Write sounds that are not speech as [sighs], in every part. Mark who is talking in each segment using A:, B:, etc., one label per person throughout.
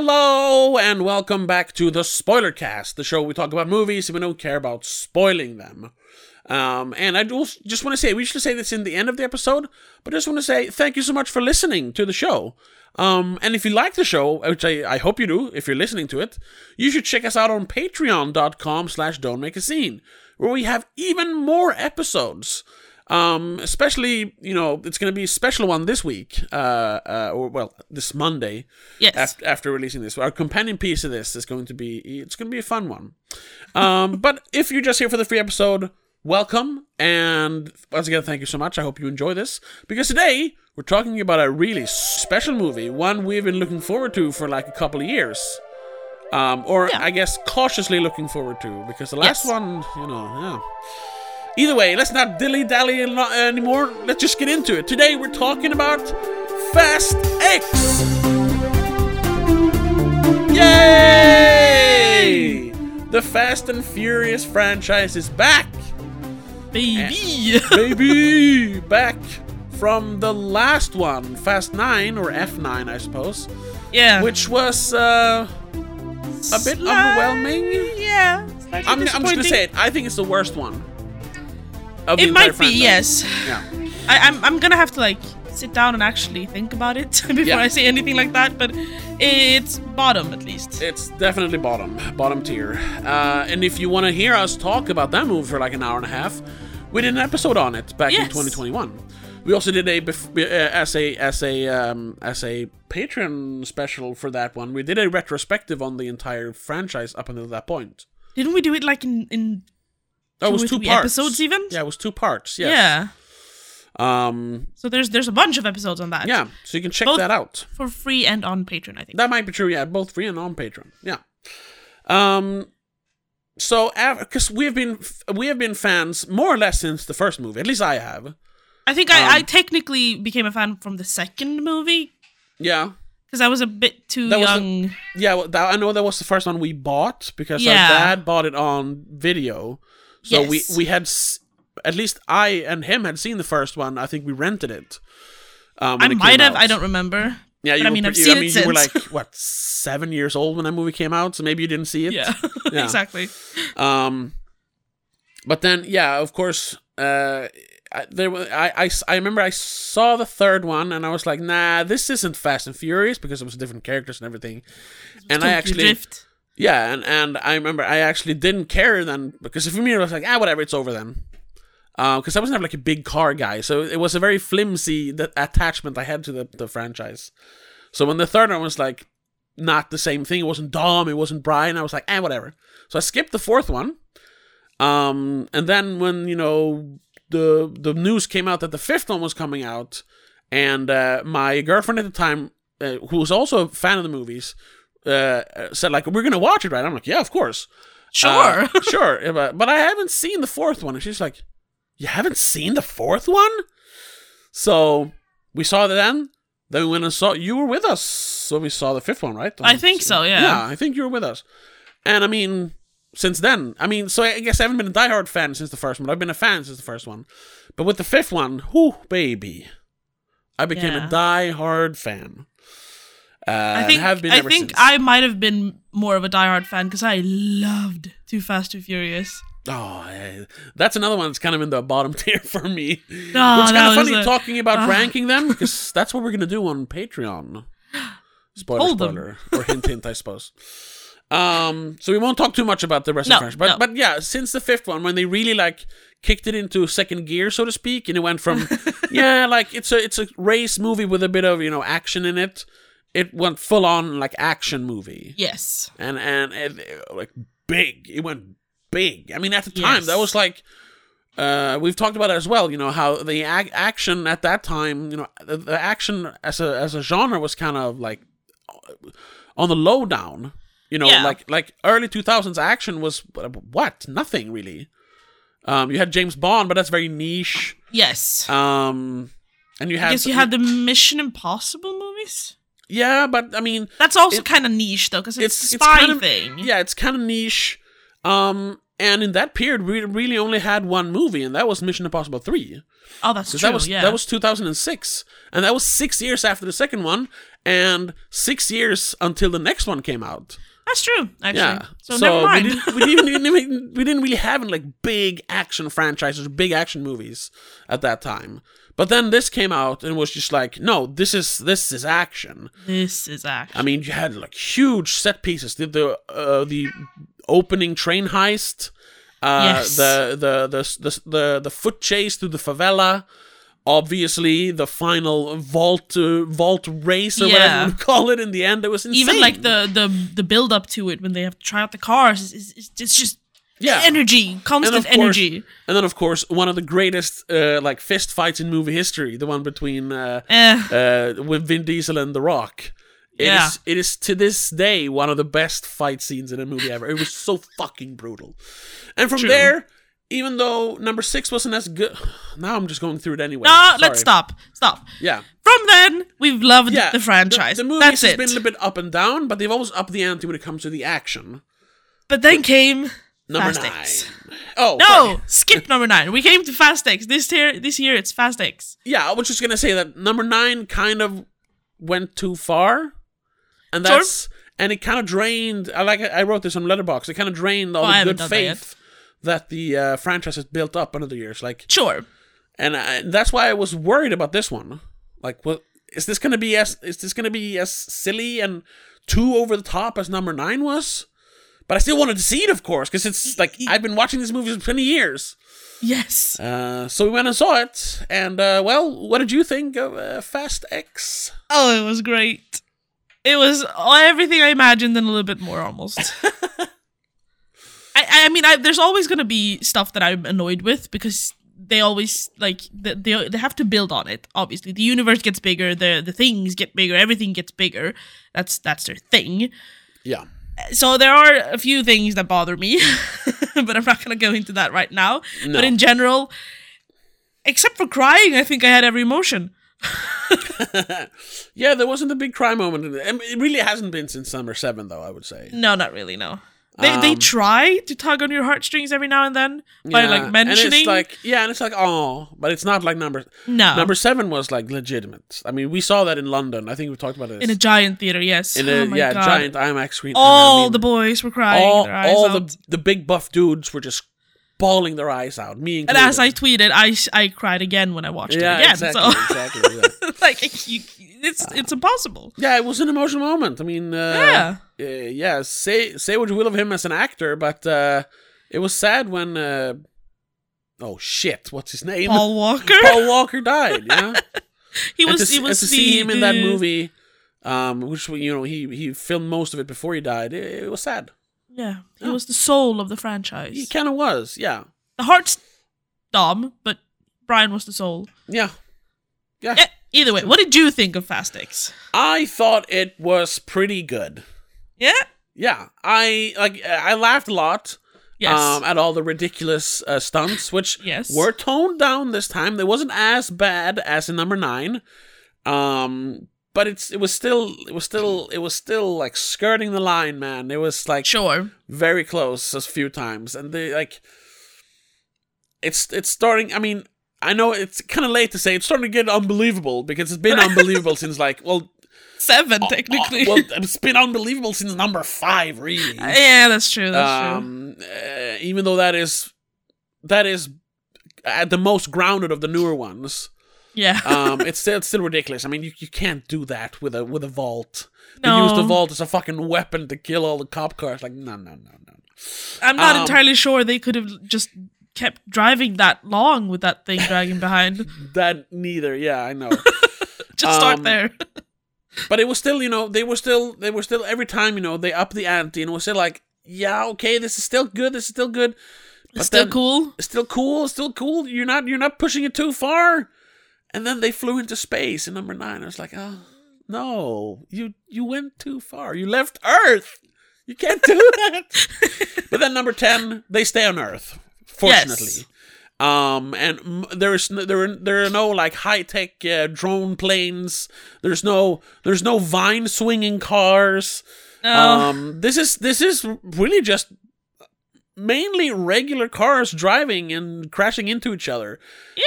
A: Hello and welcome back to the Spoiler Cast, the show where we talk about movies and we don't care about spoiling them. Um, and I do just want to say we should say this in the end of the episode, but I just want to say thank you so much for listening to the show. Um, and if you like the show, which I, I hope you do, if you're listening to it, you should check us out on patreon.com slash don't make a scene, where we have even more episodes. Um, especially, you know, it's going to be a special one this week, uh, uh, or well, this Monday
B: Yes.
A: after, after releasing this. Our companion piece of this is going to be it's going to be a fun one. Um, [laughs] but if you're just here for the free episode, welcome and once again thank you so much. I hope you enjoy this because today we're talking about a really special movie, one we've been looking forward to for like a couple of years. Um, or
B: Yeah.
A: I guess cautiously looking forward to because the last
B: Yes.
A: one, you know, yeah. Either way, let's not dilly dally uh, anymore. Let's just get into it. Today we're talking about Fast X. Yay! The Fast and Furious franchise is back,
B: Baby.
A: eh. baby! back from the last one, Fast 9, or F9, I suppose,
B: [laughs] yeah.
A: which was uh, a bit
B: Slight-
A: overwhelming.
B: Yeah. slightly
A: I'm, I'm just gonna
B: disappointing.
A: say it, I think it's the worst one. of the
B: It might
A: entire
B: be,
A: franchise.
B: yes.
A: Yeah.
B: I, I'm, I'm gonna have to like sit down and actually think about it [laughs] before
A: Yeah.
B: I say anything like that, but it's bottom at least.
A: It's definitely bottom, bottom tier. Uh, and if you want to hear us talk about that movie for like an hour and a half, we did an episode on it back in
B: Yes.
A: 2021. We also did a bef- uh, as a as a um, as a Patreon special for that one. We did a retrospective on the entire franchise up until that point.
B: Didn't we do it like in. in
A: That
B: Two
A: was
B: or
A: two
B: three
A: parts.
B: episodes even?
A: Yeah, it was two parts. Yes.
B: Yeah.
A: Yeah. Um.
B: So there's there's a bunch of episodes on that.
A: Yeah. So you can check
B: Both-
A: that out.
B: For free and on Patreon, I think.
A: That might be true. Yeah, both free and on Patreon. Yeah. Um. So, because we have been we have been fans more or less since the first movie. At least I have.
B: I think I,
A: um,
B: I technically became a fan from the second movie
A: Yeah.
B: because I was a bit too
A: That was the-
B: young.
A: Yeah. Well, that, I know that was the first one we bought because
B: Yeah.
A: our dad bought it on video. So we
B: Yes.
A: we had s- at least I and him had seen the first one. I think we rented it. Um,
B: I
A: when it
B: might
A: came
B: have.
A: out.
B: I don't remember.
A: Yeah, you
B: I
A: were
B: mean, I've
A: pretty-
B: seen it
A: I mean, you were
B: since.
A: like what seven years old when that movie came out, so maybe you didn't see it.
B: Yeah, [laughs]
A: Yeah.
B: exactly.
A: Um, but then, yeah, of course, uh, I, there wa- I, I, I remember I saw the third one and I was like, nah, this isn't Fast and Furious because it was different characters and everything. And I
B: Tokyo
A: actually,
B: Drift.
A: yeah, and, and I remember I actually didn't care then because for me, I was like, ah, whatever, it's over then. Because I was never like a big car guy, so it was a very flimsy that attachment I had to the, the franchise. So when the third one was like not the same thing, it wasn't Dom, it wasn't Brian, I was like, ah, whatever. So I skipped the fourth one. Um, and then when you know the the news came out that the fifth one was coming out, and uh, my girlfriend at the time, uh, who was also a fan of the movies, uh, uh, said like, "We're gonna watch it, right?" I'm like, "Yeah, of course."
B: Sure.
A: Uh, sure. Yeah, But, but I haven't seen the fourth one. And she's like, You haven't seen the fourth one? So we saw that then. Then we went and saw, you were with us. So we saw the fifth one, right?
B: I think so, yeah.
A: Yeah, I think you were with us. And I mean, since then, I mean, so I guess I haven't been a diehard fan since the first one. I've been a fan since the first one. But with the fifth one, whoo, baby. I became
B: Yeah.
A: a diehard fan. Uh,
B: [laughs] I
A: and
B: think
A: have been
B: I
A: ever
B: think
A: since.
B: I might have been more of a diehard fan because I loved Too Fast Too Furious. Ah,
A: Oh, eh, that's another one that's kind of in the bottom [laughs] tier for me. It's
B: Oh, No,
A: Which is
B: that
A: kind of funny
B: was a-
A: talking about
B: Ah.
A: ranking them
B: [laughs]
A: because that's what we're gonna do on
B: [gasps]
A: Patreon. Spoiler,
B: Hold them.
A: spoiler, or hint, hint, I suppose. Um, so we won't talk too much about the rest
B: No,
A: of French, but
B: no.
A: but yeah, since the fifth one, when they really like kicked it into second gear, so to speak, and it went
B: [laughs]
A: from yeah, like it's a it's a race movie with a bit of you know action in it. It went full on like action movie
B: Yes.
A: and and, and uh, like big it went big i mean at the time that
B: Yes.
A: was like uh, we've talked about it as well you know how the ac- action at that time you know the, the action as a as a genre was kind of like on the low down you know
B: Yeah.
A: like like early 2000s action was what nothing really um you had james bond but that's very niche
B: Yes.
A: um and you had
B: I guess you had the Mission Impossible movies.
A: yeah but i mean
B: That's also kind of niche though because it's,
A: it's
B: a spy
A: kind of-
B: thing.
A: Yeah, it's kind of niche. Um, And in that period, we really only had one movie, and that was Mission Impossible 3.
B: Oh, that's true.
A: Because that was
B: yeah.
A: that was 2006, and that was six years after the second one, and six years until the next one came out.
B: that's true. Actually.
A: Yeah,
B: So, never mind.
A: We didn't, we, didn't, we, didn't, we didn't really have any like big action franchises, big action movies at that time. But then this came out and was just like, no, this is this is action.
B: this is action.
A: I mean, you had like huge set pieces. The the uh, the opening train heist, uh,
B: Yes.
A: the, the the the the the foot chase through the favela. Obviously, the final vault uh, vault race or
B: Yeah.
A: whatever you call it in the end. It was insane.
B: Even like the the the build up to it when they have to try out the cars, it's, it's, it's just
A: Yeah.
B: energy,
A: and
B: constant
A: of course-
B: energy.
A: and then of course one of the greatest uh, like fist fights in movie history, the one between uh,
B: Eh,
A: uh, with Vin Diesel and The Rock. It is
B: Yeah.
A: it is to this day one of the best fight scenes in a movie ever. It was so fucking brutal. And from
B: True.
A: there, even though number six wasn't as good, [sighs] now I'm just going through it anyway.
B: no,
A: Sorry.
B: let's stop. Stop.
A: Yeah,
B: From then, we've loved
A: yeah.
B: the franchise.
A: The, the movies
B: That's
A: has
B: it.
A: been a little bit up and down, but they've always upped the ante when it comes to the action.
B: but then came
A: Number
B: Fast
A: nine.
B: X.
A: Oh sorry.
B: No, skip number nine. We came to Fast X this year. This year, it's Fast X.
A: Yeah, I was just gonna say that number nine kind of went too far, and
B: Sure.
A: that's and it kind of drained. I like I wrote this on Letterbox. It kind of drained all
B: Oh, I
A: the
B: haven't
A: good
B: done that yet.
A: faith that, the uh, franchise has built up under the years. Like,
B: Sure.
A: and I, that's why I was worried about this one. Like, well, is this gonna be as is this gonna be as silly and too over the top as number nine was? But I still wanted to see it, of course, because it's like I've been watching these movies for twenty years.
B: Yes.
A: Uh, so we went and saw it, and uh, well, what did you think of uh, Fast X?
B: Oh, it was great. It was everything I imagined and a little bit more almost. I, I mean, I, there's always going to be stuff that I'm annoyed with because they always like they, they they have to build on it. Obviously, the universe gets bigger, the the things get bigger, everything gets bigger. That's that's their thing.
A: Yeah,
B: So there are a few things that bother me, [laughs] but I'm not going to go into that right now.
A: No.
B: But in general, except for crying, I think I had every emotion.
A: yeah, there wasn't a big cry moment. In it. I mean, it really hasn't been since number seven, though. I would say.
B: No, not really. No, they they
A: Um,
B: try to tug on your heartstrings every now and then by
A: Yeah,
B: like
A: and
B: mentioning.
A: it's like yeah, and it's like oh, but it's not like number
B: no,
A: number seven was like legitimate. I mean, we saw that in London. I think we talked about this
B: in a giant theater. Yes.
A: In
B: oh
A: a,
B: my
A: yeah
B: God.
A: giant IMAX screen.
B: All
A: I mean,
B: the boys were crying.
A: all,
B: their eyes Um,
A: all
B: out.
A: the the big buff dudes were just bawling their eyes out. Me
B: and
A: included.
B: as I tweeted, I I cried again when I watched [laughs]
A: yeah,
B: it again.
A: exactly,
B: So
A: exactly.
B: [laughs]
A: yeah.
B: like you, it's it's impossible.
A: Yeah, it was an emotional moment. I mean, uh, yeah, uh, yeah. Say say what you will of him as an actor, but uh, it was sad when. Uh, oh shit! What's his name?
B: Paul Walker.
A: [laughs] Paul Walker died. Yeah,
B: [laughs] he was
A: and to,
B: he
A: and
B: was
A: to
B: the,
A: see him in that
B: the-
A: movie, um, which you know he he filmed most of it before he died. It, it was sad.
B: Yeah, he
A: Yeah.
B: was the soul of the franchise.
A: He kind of was. Yeah,
B: the heart's dumb, but Brian was the soul.
A: yeah. Ah.
B: Eh, Either way, what did you think of Fast X?
A: I thought it was pretty good.
B: Yeah.
A: Yeah, I like I laughed a lot.
B: Yes.
A: um, at all the ridiculous uh, stunts, which
B: [laughs] Yes.
A: were toned down this time. They wasn't as bad as in number nine, um, but it's it was still it was still it was still like skirting the line, man. It was like
B: sure.
A: very close a few times, and they like it's it's starting. I mean, I know it's kind of late to say it's starting to get unbelievable because it's been
B: [laughs]
A: unbelievable since like well,
B: Seven,
A: uh,
B: technically.
A: well it's been unbelievable since number five, really
B: [laughs] yeah, that's true. That's true.
A: um, uh, even though that is that is at the most grounded of the newer ones
B: Yeah. [laughs]
A: um it's still, it's still ridiculous i mean you, you can't do that with a with a vault they
B: No.
A: use the vault as a fucking weapon to kill all the cop cars like no no no no
B: I'm not
A: um,
B: entirely sure they could have just kept driving that long with that thing dragging behind. [laughs]
A: that neither yeah i know
B: just start
A: Um,
B: there.
A: but it was still you know they were still they were still every time you know they up the ante and it was still like yeah okay this is still good this is still good but
B: [laughs] It's still
A: then-
B: cool.
A: still cool, still cool. You're not you're not pushing it too far. And then they flew into space in number nine. I was like, oh no, you you went too far. You left Earth. You can't do that. but then number ten, they stay on Earth. Fortunately.
B: Yes.
A: Um, and m- there is n- there are, there are no like high tech uh, drone planes. There's no there's no vine swinging cars.
B: No.
A: Um, this is this is really just mainly regular cars driving and crashing into each other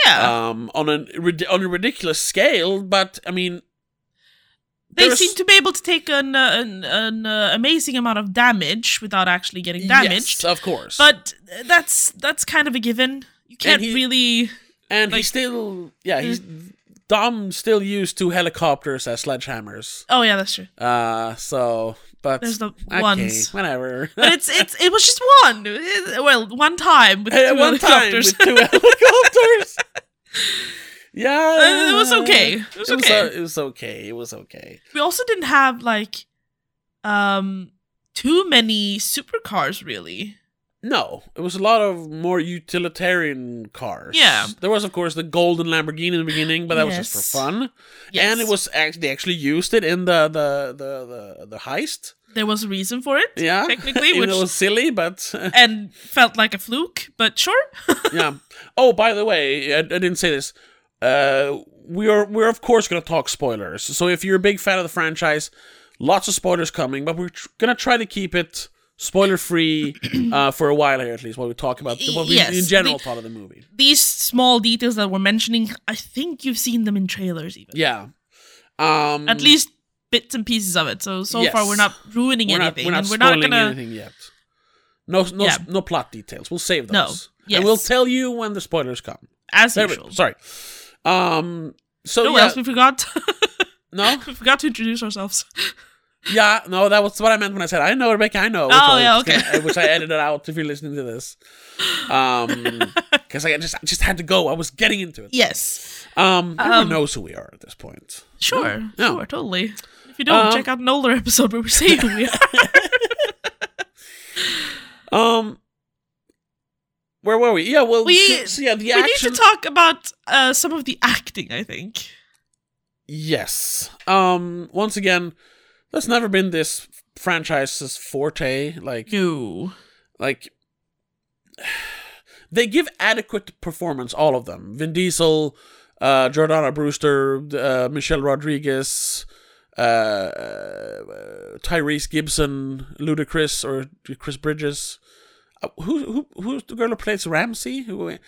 B: Yeah.
A: um, on a rid- on a ridiculous scale. But I mean,
B: they
A: there's-
B: seem to be able to take an, uh, an, an uh, amazing amount of damage without actually getting damaged.
A: yes, uh, of course.
B: but that's that's kind of a given. You can't
A: he-
B: really.
A: and he
B: like- mm.
A: still, yeah, he's Dom still used two helicopters as sledgehammers.
B: Oh yeah, that's true.
A: Uh, so but
B: There's the
A: okay,
B: ones. [laughs]
A: whatever. [laughs]
B: But it's it's it was just one. [laughs] It- well, one time with
A: At
B: two
A: one time
B: helicopters.
A: with two
B: [laughs]
A: helicopters. yeah,
B: Uh, it was okay. It was okay.
A: o- it was okay. It was okay.
B: we also didn't have like, um, too many supercars really.
A: No, it was a lot of more utilitarian cars.
B: Yeah.
A: there was of course the golden Lamborghini in the beginning, but that was just
B: Yes.
A: for fun.
B: Yes.
A: And it was actually they actually used it in the the the the, the heist.
B: there was a reason for it.
A: Yeah,
B: Technically,
A: [laughs] Even
B: which-
A: though it was silly, but [laughs]
B: And felt like a fluke, but sure.
A: yeah. Oh, by the way, I, I didn't say this. Uh, we are we're of course going to talk spoilers. So if you're a big fan of the franchise, lots of spoilers coming, but we're tr- going to try to keep it spoiler free [clears throat] uh, for a while here at least while we talk about the, what we
B: Yes,
A: in general
B: the-
A: thought of the movie.
B: These small details that we're mentioning, I think you've seen them in trailers even.
A: Yeah. Um,
B: At least bits and pieces of it. So so
A: Yes.
B: far we're not ruining
A: we're not,
B: anything.
A: we're not
B: and we're not
A: spoiling
B: gonna
A: anything yet. No, no,
B: Yeah.
A: no plot details. We'll save
B: No.
A: those. And we'll
B: Yes.
A: tell you when the spoilers come.
B: as
A: There we-
B: usual.
A: sorry. Um. So
B: No, what
A: yeah,
B: else we forgot? [laughs]
A: no,
B: we forgot to introduce ourselves.
A: Yeah, no, that was what I meant when I said I know Rebecca, I know. which
B: Oh,
A: I-
B: yeah, okay.
A: which I edited out if you're listening to this,
B: [laughs]
A: um, because I just I just had to go. I was getting into it.
B: Yes.
A: Um, everyone
B: Um,
A: knows who we are at this point.
B: Sure.
A: Yeah.
B: Sure, totally. If you don't,
A: Um,
B: check out an older episode where we say who we are.
A: Um, where were we? Yeah, well,
B: We-
A: so, so yeah, the
B: we need to
A: action.
B: talk about uh, some of the acting, I think.
A: yes. Um, once again, that's never been this franchise's forte. Like,
B: No.
A: like [sighs] they give adequate performance all of them vin diesel uh jordana brewster uh, michelle rodriguez uh, uh tyrese gibson ludacris or chris bridges uh, who who who's the girl who plays ramsey who
B: Uh,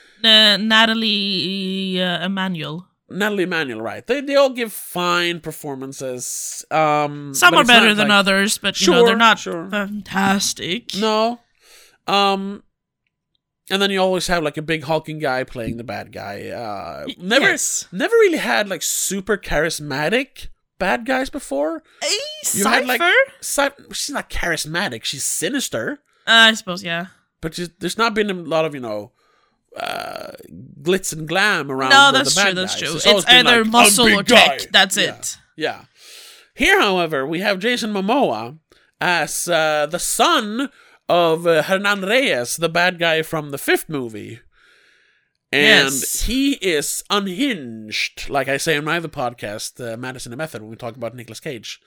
B: Natalie uh, Emanuel.
A: natalie Emanuel, right they, they all give fine performances um
B: Some
A: but
B: are
A: it's not
B: better than
A: like-
B: others, but you know
A: Sure,
B: they're not
A: sure.
B: fantastic.
A: No. Um and then you always have like a big hulking guy playing the bad guy. Uh never
B: Yes.
A: never really had like super charismatic bad guys before.
B: Eh,
A: You had, like-
B: Cypher?
A: Sy- she's not charismatic, she's sinister,
B: Uh, I suppose, yeah.
A: but she's, there's not been a lot of, you know, uh glitz and glam around
B: No,
A: the-
B: that's
A: the bad
B: true. That's
A: guys.
B: true. It's,
A: always been,
B: either
A: like,
B: muscle
A: "I'm
B: or
A: big guy."
B: tech. That's
A: Yeah.
B: it. [laughs]
A: Yeah. Here, however, we have Jason Momoa as uh, the son of uh, Hernan Reyes, the bad guy from the fifth movie. And
B: Yes.
A: he is unhinged, like I say in my other podcast, uh, Madison and Method, when we talk about Nicolas
B: [laughs]
A: Cage.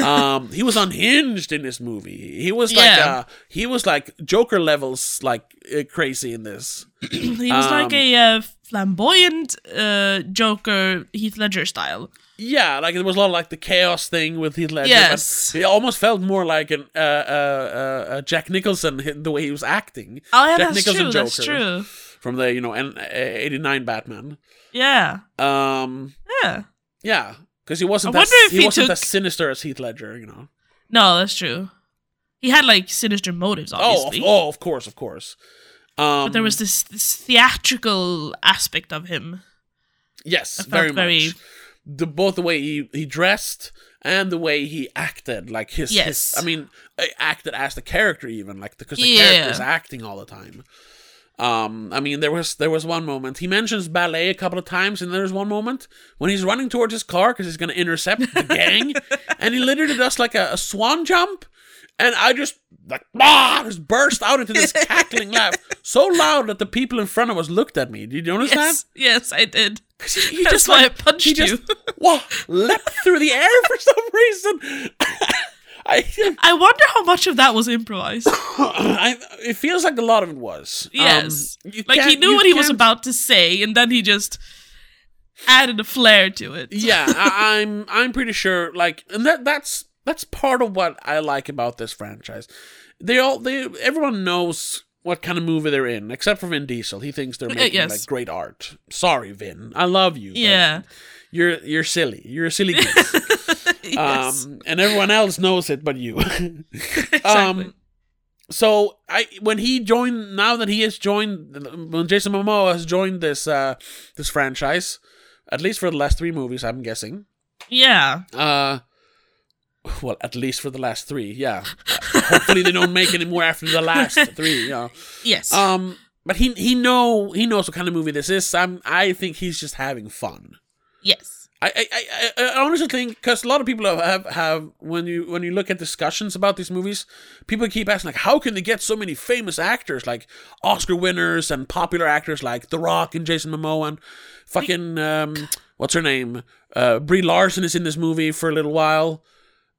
A: um, he was unhinged in this movie. He was like
B: Yeah.
A: uh, he was like Joker levels, like uh, crazy in this.
B: he was like
A: Um,
B: a uh, flamboyant uh, Joker, Heath Ledger style.
A: Yeah, like it was a lot of like the chaos thing with Heath Ledger.
B: Yes.
A: but it almost felt more like an uh, uh, uh, uh, Jack Nicholson [laughs] hi- the way he was acting
B: Oh, yeah,
A: Jack
B: that's
A: Nicholson
B: true. That's
A: Joker.
B: true.
A: from the you know N- uh, eighty nine Batman.
B: Yeah.
A: Um,
B: Yeah.
A: yeah, because he wasn't as,
B: I wonder if
A: he,
B: he
A: wasn't
B: took-
A: as sinister as Heath Ledger, you know.
B: No, that's true. He had like sinister motives,
A: Oh,
B: obviously.
A: of, oh, of course, of course. Um,
B: But there was this, this theatrical aspect of him.
A: yes,
B: I felt
A: very much.
B: very-
A: The both the way he, he dressed and the way he acted, like his, his-
B: Yes.
A: I mean, uh, acted as the character even, like because the
B: Yeah.
A: character is acting all the time. Um, I mean, there was there was one moment he mentions ballet a couple of times, and there's one moment when he's running towards his car because he's gonna intercept the
B: [laughs]
A: gang, and he literally does like a, a swan jump, and I just like bah, just burst out into
B: [laughs]
A: this cackling laugh so loud that the people in front of us looked at me. Did you notice that?
B: Yes, [laughs] yes, I did. [laughs]
A: Cause he, he
B: That's
A: just
B: why I
A: like,
B: punched
A: he
B: you. [laughs]
A: Just, wha- leapt through the air for some reason. [laughs] I, [coughs]
B: I wonder how much of that was
A: [laughs]
B: improvised.
A: Um, I, it feels like a lot of it was. Um,
B: Yes.
A: you
B: like he
A: can't-
B: knew
A: you
B: what he was
A: can't-
B: about to say, and then he just added a flair to
A: [laughs]
B: it.
A: Yeah, I, I'm. I'm pretty sure. Like, and that that's that's part of what I like about this franchise. They all they everyone knows what kind of movie they're in, except for Vin Diesel. He thinks they're making
B: Uh, yes.
A: like great art. Sorry, Vin. I love you. but
B: Yeah.
A: You're you're silly. You're a
B: [laughs]
A: silly goose.
B: yes.
A: Um and everyone else knows it but you. [laughs] Um,
B: exactly.
A: so I when he joined now that he has joined when Jason Momoa has joined this uh this franchise, at least for the last three movies, I'm guessing.
B: yeah.
A: Uh well, at least for the last three, yeah. Hopefully they don't make any more after the
B: [laughs]
A: last three, yeah.
B: Yes.
A: Um, but he he know he knows what kind of movie this is. I'm, I think he's just having fun.
B: yes.
A: I I, I- I, I honestly think because a lot of people have, have have when you when you look at discussions about these movies, people keep asking like, how can they get so many famous actors like Oscar winners and popular actors like The Rock and Jason Momoa and fucking um, what's her name? Uh, Brie Larson is in this movie for a little while.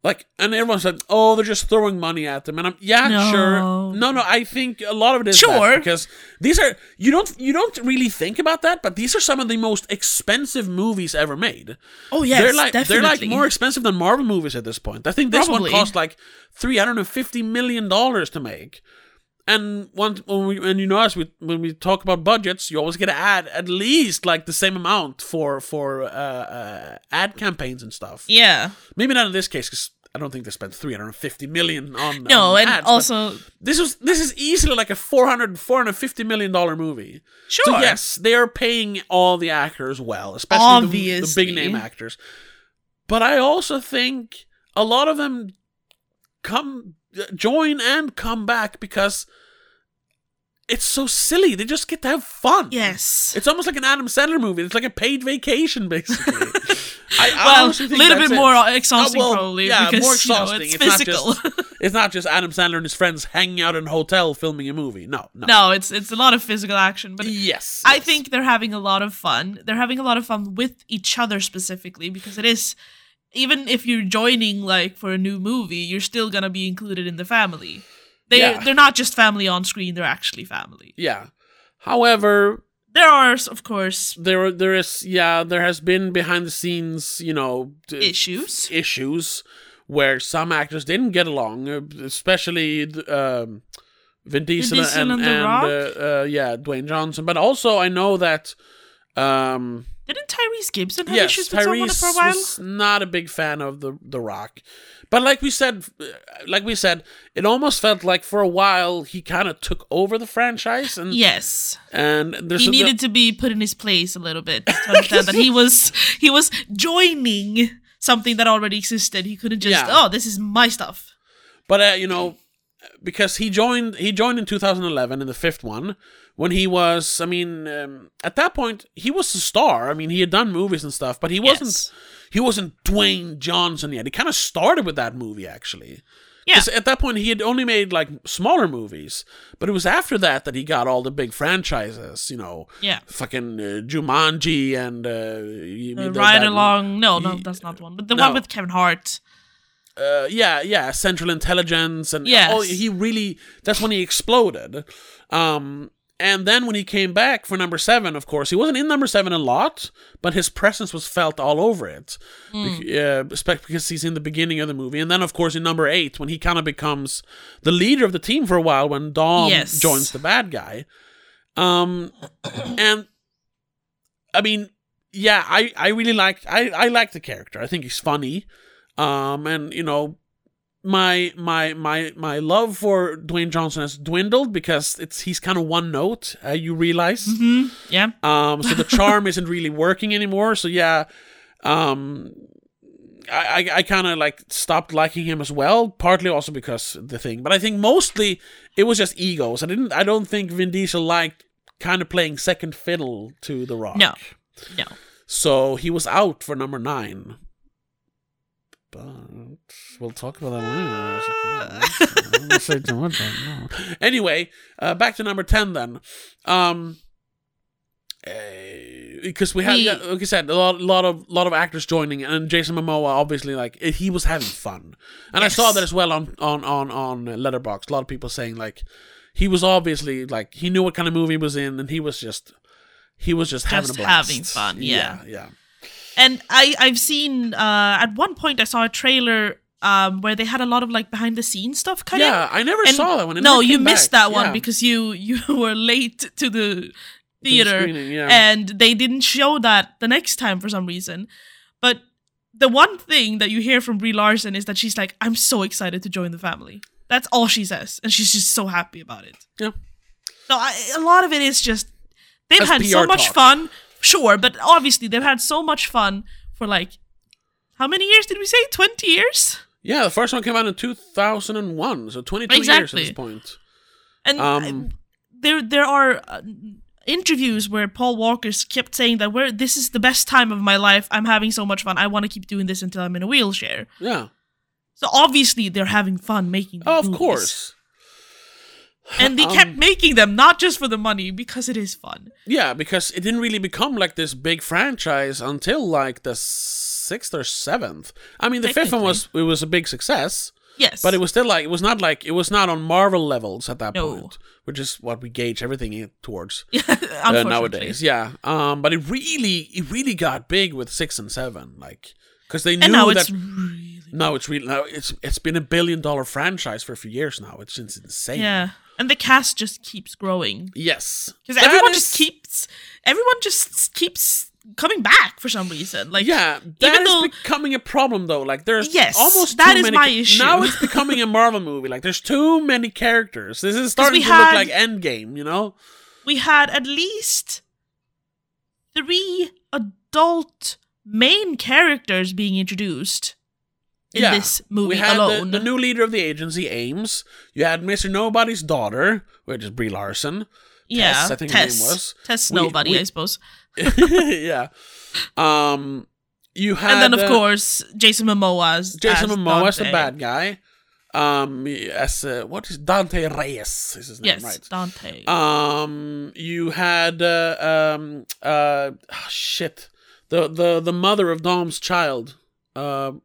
A: Like and everyone's like, oh, they're just throwing money at them, and I'm yeah,
B: No.
A: sure, no, no. I think a lot of it is that
B: Sure.
A: because these are you don't you don't really think about that, but these are some of the most expensive movies ever made.
B: Oh yes.
A: they're like
B: definitely.
A: they're like more expensive than Marvel movies at this point. I think this
B: Probably.
A: one cost like three hundred and fifty million dollars to make. And once when we and you know us we, when we talk about budgets, you always get to add at least like the same amount for for uh, uh, ad campaigns and stuff.
B: Yeah.
A: Maybe not in this case because I don't think they spent three hundred and fifty million on
B: No,
A: on
B: and
A: Um, ads, but-
B: also
A: this was this is easily like a 400 450 million dollar movie.
B: sure.
A: So yes, they are paying all the actors well, especially the- the,
B: Obviously.
A: big name actors. But I also think a lot of them come join and come back because it's so silly. They just get to have fun.
B: Yes.
A: It's almost like an Adam Sandler movie. It's like a paid vacation,
B: [laughs]
A: basically. I, I
B: well,
A: honestly
B: a
A: think
B: little
A: that's
B: bit
A: it.
B: more exhausting
A: Oh, well,
B: probably
A: yeah,
B: because
A: more
B: You know,
A: exhausting.
B: it's,
A: It's not
B: physical.
A: It's not just Adam Sandler and his friends hanging out in a hotel filming a movie. No, no.
B: no, it's it's a lot of physical action, but
A: Yes.
B: I
A: yes.
B: think they're having a lot of fun. They're having a lot of fun with each other specifically because it is even if you're joining like for a new movie, you're still gonna be included in the family. They
A: Yeah.
B: they're not just family on screen; they're actually family.
A: Yeah. However,
B: There are, of course,
A: there there is yeah, there has been behind the scenes, you know, d-
B: issues.
A: issues where some actors didn't get along, uh, especially th- um Vin Diesel,
B: Diesel
A: and,
B: and The
A: and,
B: Rock?
A: uh, uh, yeah, Dwayne Johnson. But also, I know that um,
B: Didn't Tyrese Gibson have
A: yes,
B: issues with someone
A: Tyrese
B: for a while?
A: was not a big fan of the the Rock, but like we said, like we said, it almost felt like for a while he kind of took over the franchise, and
B: Yes,
A: and there's
B: he
A: a-
B: needed to be put in his place a little bit to understand
A: [laughs]
B: that he was he was joining something that already existed. He couldn't just
A: Yeah.
B: oh, this is my stuff.
A: But uh, you know, because he joined he joined in 2011 in the fifth one when he was I mean um, at that point he was a star. I mean he had done movies and stuff, but he wasn't
B: Yes.
A: he wasn't Dwayne Johnson yet. He kind of started with that movie actually.
B: Yeah.
A: 'Cause At that point he had only made like smaller movies, but it was after that that he got all the big franchises. You know,
B: Yeah.
A: fucking uh, Jumanji and uh, you
B: The
A: mean the-
B: ride
A: that-
B: along. No, no,
A: Ye-
B: that's not the one. But the
A: no.
B: one with Kevin Hart.
A: uh, yeah, yeah, Central Intelligence, and
B: Yes.
A: oh, he really that's when he exploded. Um, and then when he came back for number seven, of course, he wasn't in number seven a lot, but his presence was felt all over it,
B: Hmm.
A: Bec- uh, especially because he's in the beginning of the movie, and then of course in number eight when he kind of becomes the leader of the team for a while when Dom
B: Yes.
A: joins the bad guy. Um, and I mean, yeah, I I really like I I like the character. I think he's funny. Um, and you know, my my my my love for Dwayne Johnson has dwindled because it's he's kind of one note. Uh, you realize.
B: hmm Yeah.
A: Um, so the charm isn't really working anymore. So yeah, um, I I, I kind of like stopped liking him as well. Partly also because the thing, but I think mostly it was just egos. I didn't. I don't think Vin Diesel liked kind of playing second fiddle to The Rock.
B: No. No.
A: So he was out for number nine. But we'll talk about that later. anyway, uh, back to number ten then. Um, eh, because we had,
B: We-
A: yeah, like I said, a lot, lot of, lot of actors joining, and Jason Momoa obviously like eh, he was having fun, and I saw
B: Yes.
A: that as well on on on on Letterbox. A lot of people saying like he was obviously like he knew what kind of movie he was in, and he was just he was just, having a
B: Just
A: blast.
B: having fun, yeah.
A: yeah, yeah.
B: And I I've seen uh, at one point I saw a trailer um, where they had a lot of like behind the scenes stuff kind
A: yeah,
B: of.
A: I never
B: And-
A: saw that one. It
B: No,
A: never
B: you
A: came
B: missed
A: back.
B: that one
A: Yeah.
B: because you [laughs] you were late
A: To
B: to the
A: the
B: theater
A: screening, yeah.
B: and they didn't show that the next time for some reason. But the one thing that you hear from Brie Larson is that she's like, "I'm so excited to join the family." That's all she says, and she's just so happy about it.
A: Yeah.
B: No, I, a lot of it is just they've
A: That's
B: had
A: PR
B: so much
A: talk.
B: fun, sure, but obviously they've had so much fun for like how many years did we say? Twenty years,
A: yeah, the first one came out in 2001, so 22 years at
B: Exactly.
A: this point.
B: and
A: Um,
B: there there are uh, interviews where Paul Walker's kept saying that where this is the best time of my life. I'm having so much fun. I want to keep doing this until I'm in a wheelchair.
A: yeah.
B: So obviously they're having fun making. these
A: Oh, of
B: movies.
A: course. Um,
B: And they kept making them not just for the money because it is fun.
A: Yeah, because it didn't really become like this big franchise until like the sixth or seventh. I mean, the fifth one
B: Technically.
A: was it was a big success,
B: Yes,
A: but it was still like it was not like it was not on Marvel levels at that
B: No.
A: point, which is what we gauge everything in- towards
B: [laughs] yeah,
A: uh,
B: unfortunately.
A: nowadays. Yeah, um, but it really it really got big with six and seven, like because they knew
B: And now
A: that
B: it's really
A: no, it's really now it's it's been a billion dollar franchise for a few years now. It's it's insane.
B: yeah, and the cast just keeps growing
A: Yes,
B: because
A: That
B: everyone
A: is-
B: just keeps everyone just keeps coming back for some reason. Like
A: yeah, that is
B: though-
A: becoming a problem though. Like there's
B: Yes,
A: almost
B: that
A: too
B: is
A: many
B: my
A: ca-
B: issue.
A: Now
B: [laughs]
A: it's becoming a Marvel movie. Like there's too many characters. This is starting
B: we
A: to
B: had-
A: look like Endgame. You know?
B: we had at least three adult main characters being introduced in
A: Yeah,
B: this movie
A: we had the-
B: alone.
A: The, new leader of the agency, Ames. You had Mister Nobody's daughter, which is Brie Larson.
B: yeah,
A: Tess, I think her name
B: Tess,
A: was.
B: Tess
A: We-
B: Nobody,
A: we-
B: I suppose.
A: [laughs] yeah. Um, you had
B: And then, of
A: uh,
B: course, Jason Momoa as
A: Jason
B: as
A: Momoa as the
B: Dante.
A: bad guy. Um, as uh, what is Dante Reyes is his name,
B: Yes,
A: right?
B: Dante.
A: Um, you had uh, um uh ah, shit the the the mother of Dom's child, um,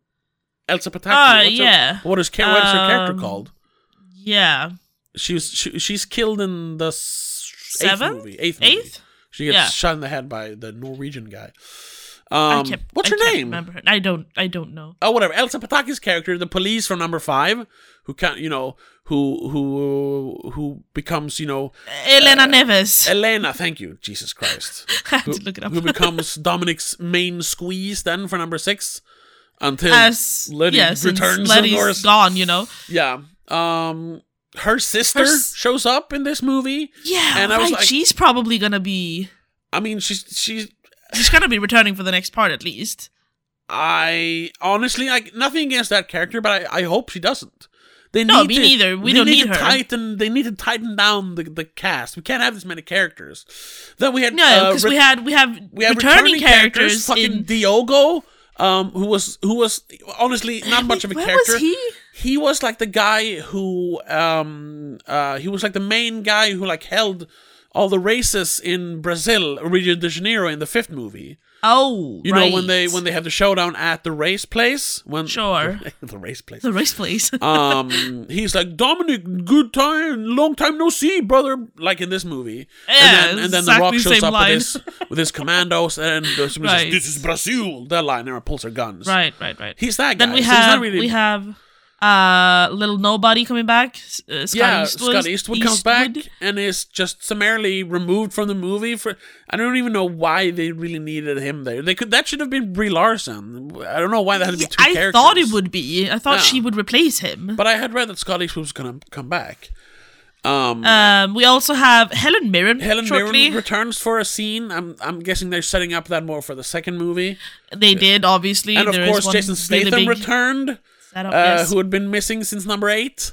A: Elsa Pataki.
B: Ah,
A: What's her-
B: yeah.
A: what is char- what is her character
B: Um,
A: called?
B: yeah,
A: She was she, she's killed in the s-
B: Seventh?
A: eighth movie. Eighth. movie.
B: eighth.
A: She gets
B: Yeah.
A: shot in the head by the Norwegian guy. Um,
B: I kept,
A: what's her
B: I can't
A: name?
B: Remember her. I don't. I don't know.
A: oh whatever Elsa Pataki's character, the police from number five, who can't you know who who who becomes you know Uh,
B: Elena Neves.
A: Elena. Thank you, Jesus Christ.
B: [laughs] I had
A: Who,
B: to look it up.
A: who becomes Dominic's main squeeze then for number six until
B: As
A: Letty
B: yeah, since
A: returns, of
B: Letty's
A: course.
B: gone, you know.
A: yeah. Um, her sister
B: s-
A: shows up in this movie.
B: Yeah,
A: And I was
B: right.
A: like-
B: she's probably gonna be.
A: I mean, she's she's.
B: She's gonna be returning for the next part at least.
A: I honestly like nothing against that character, but I, I hope she doesn't. They
B: No,
A: need
B: me
A: to,
B: neither. We
A: they
B: don't need
A: to
B: her.
A: Tighten. They need to tighten down the, the cast. We can't have this many characters. Then we had
B: No,
A: uh,
B: because
A: Ret-
B: we had we have
A: We have
B: returning, characters,
A: fucking
B: in.
A: Diogo, um, who was who was honestly not much of a
B: Where
A: character.
B: was he?
A: He was like the guy who, um, uh, he was like the main guy who like held all the races in Brazil, Rio de Janeiro, in the fifth movie.
B: Oh,
A: You know when they when they have the showdown at the race place when
B: Sure.
A: [laughs] the race place.
B: [laughs] the race place.
A: [laughs] Um, he's like Dominic, good time, long time no see, brother. Like in this movie,
B: Yeah,
A: and then, and then
B: exactly
A: the Rock shows
B: same
A: up
B: line.
A: with his with his commandos, and somebody says,
B: Right.
A: "This is Brazil." That line, and pulls her guns.
B: [laughs] right, right, right.
A: He's that guy.
B: then we
A: so he's
B: have
A: not really,
B: we have uh little nobody coming back. S- Uh, Scott
A: yeah,
B: Eastwood,
A: Scott Eastwood comes back
B: Eastwood.
A: and is just summarily removed from the movie. For I don't even know why they really needed him there. They could that should have been Brie Larson. I don't know why that had to be two
B: I
A: characters.
B: thought it would be. I thought
A: Yeah.
B: she would replace him.
A: but I had read that Scott Eastwood was gonna come back. Um,
B: um, we also have Helen Mirren.
A: Helen
B: shortly.
A: Mirren returns for a scene. I'm I'm guessing they're setting up that more for the second movie.
B: they did obviously.
A: And of
B: There is
A: course,
B: one
A: Jason
B: really
A: Statham
B: big
A: returned,
B: setup,
A: uh,
B: yes.
A: who had been missing since number eight.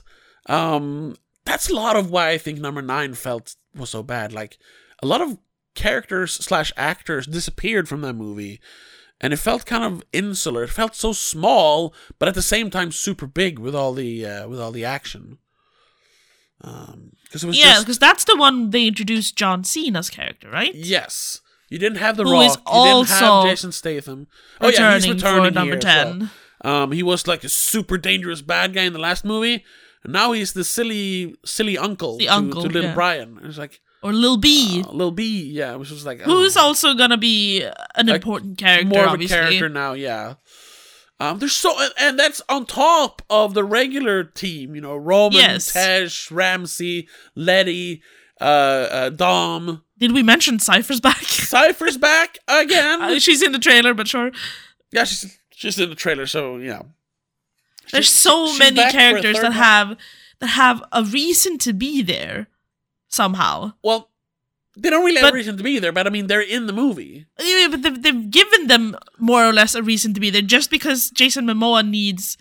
A: Um, that's a lot of why I think number nine felt was so bad. Like a lot of characters slash actors disappeared from that movie, and it felt kind of insular. It felt so small, but at the same time super big with all the uh, with all the action. Um, because it was
B: Yeah,
A: just
B: because that's the one they introduced John Cena's character, right?
A: Yes. You didn't have The
B: Who
A: Rock.
B: is
A: you didn't have
B: also
A: Jason Statham. Oh yeah, he's
B: returning for
A: returning
B: number
A: here as
B: 10.
A: Well. Um, he was like a super dangerous bad guy in the last movie, and now he's the silly, silly uncle,
B: The
A: to,
B: uncle,
A: to little
B: yeah.
A: Brian. It's like
B: Or Lil B,
A: uh, little B, yeah, which was like oh,
B: who's also gonna be an important character,
A: more of a
B: obviously.
A: character now, yeah. Um, there's so, and, and that's on top of the regular team. You know, Roman,
B: Yes.
A: Tesh, Ramsey, Letty, uh, uh, Dom.
B: Did we mention
A: [laughs]
B: Cypher's back?
A: Cypher's back
B: [laughs]
A: again.
B: Uh, she's in the trailer, but sure.
A: yeah, she's she's in the trailer, so you know.
B: There's so
A: she's
B: many
A: back for a
B: characters
A: third
B: that
A: one.
B: have that have a reason to be there somehow.
A: Well, they don't really have
B: But-
A: a reason to be there, but I mean, they're in the movie.
B: Yeah, but they've, they've given them more or less a reason to be there just because Jason Momoa needs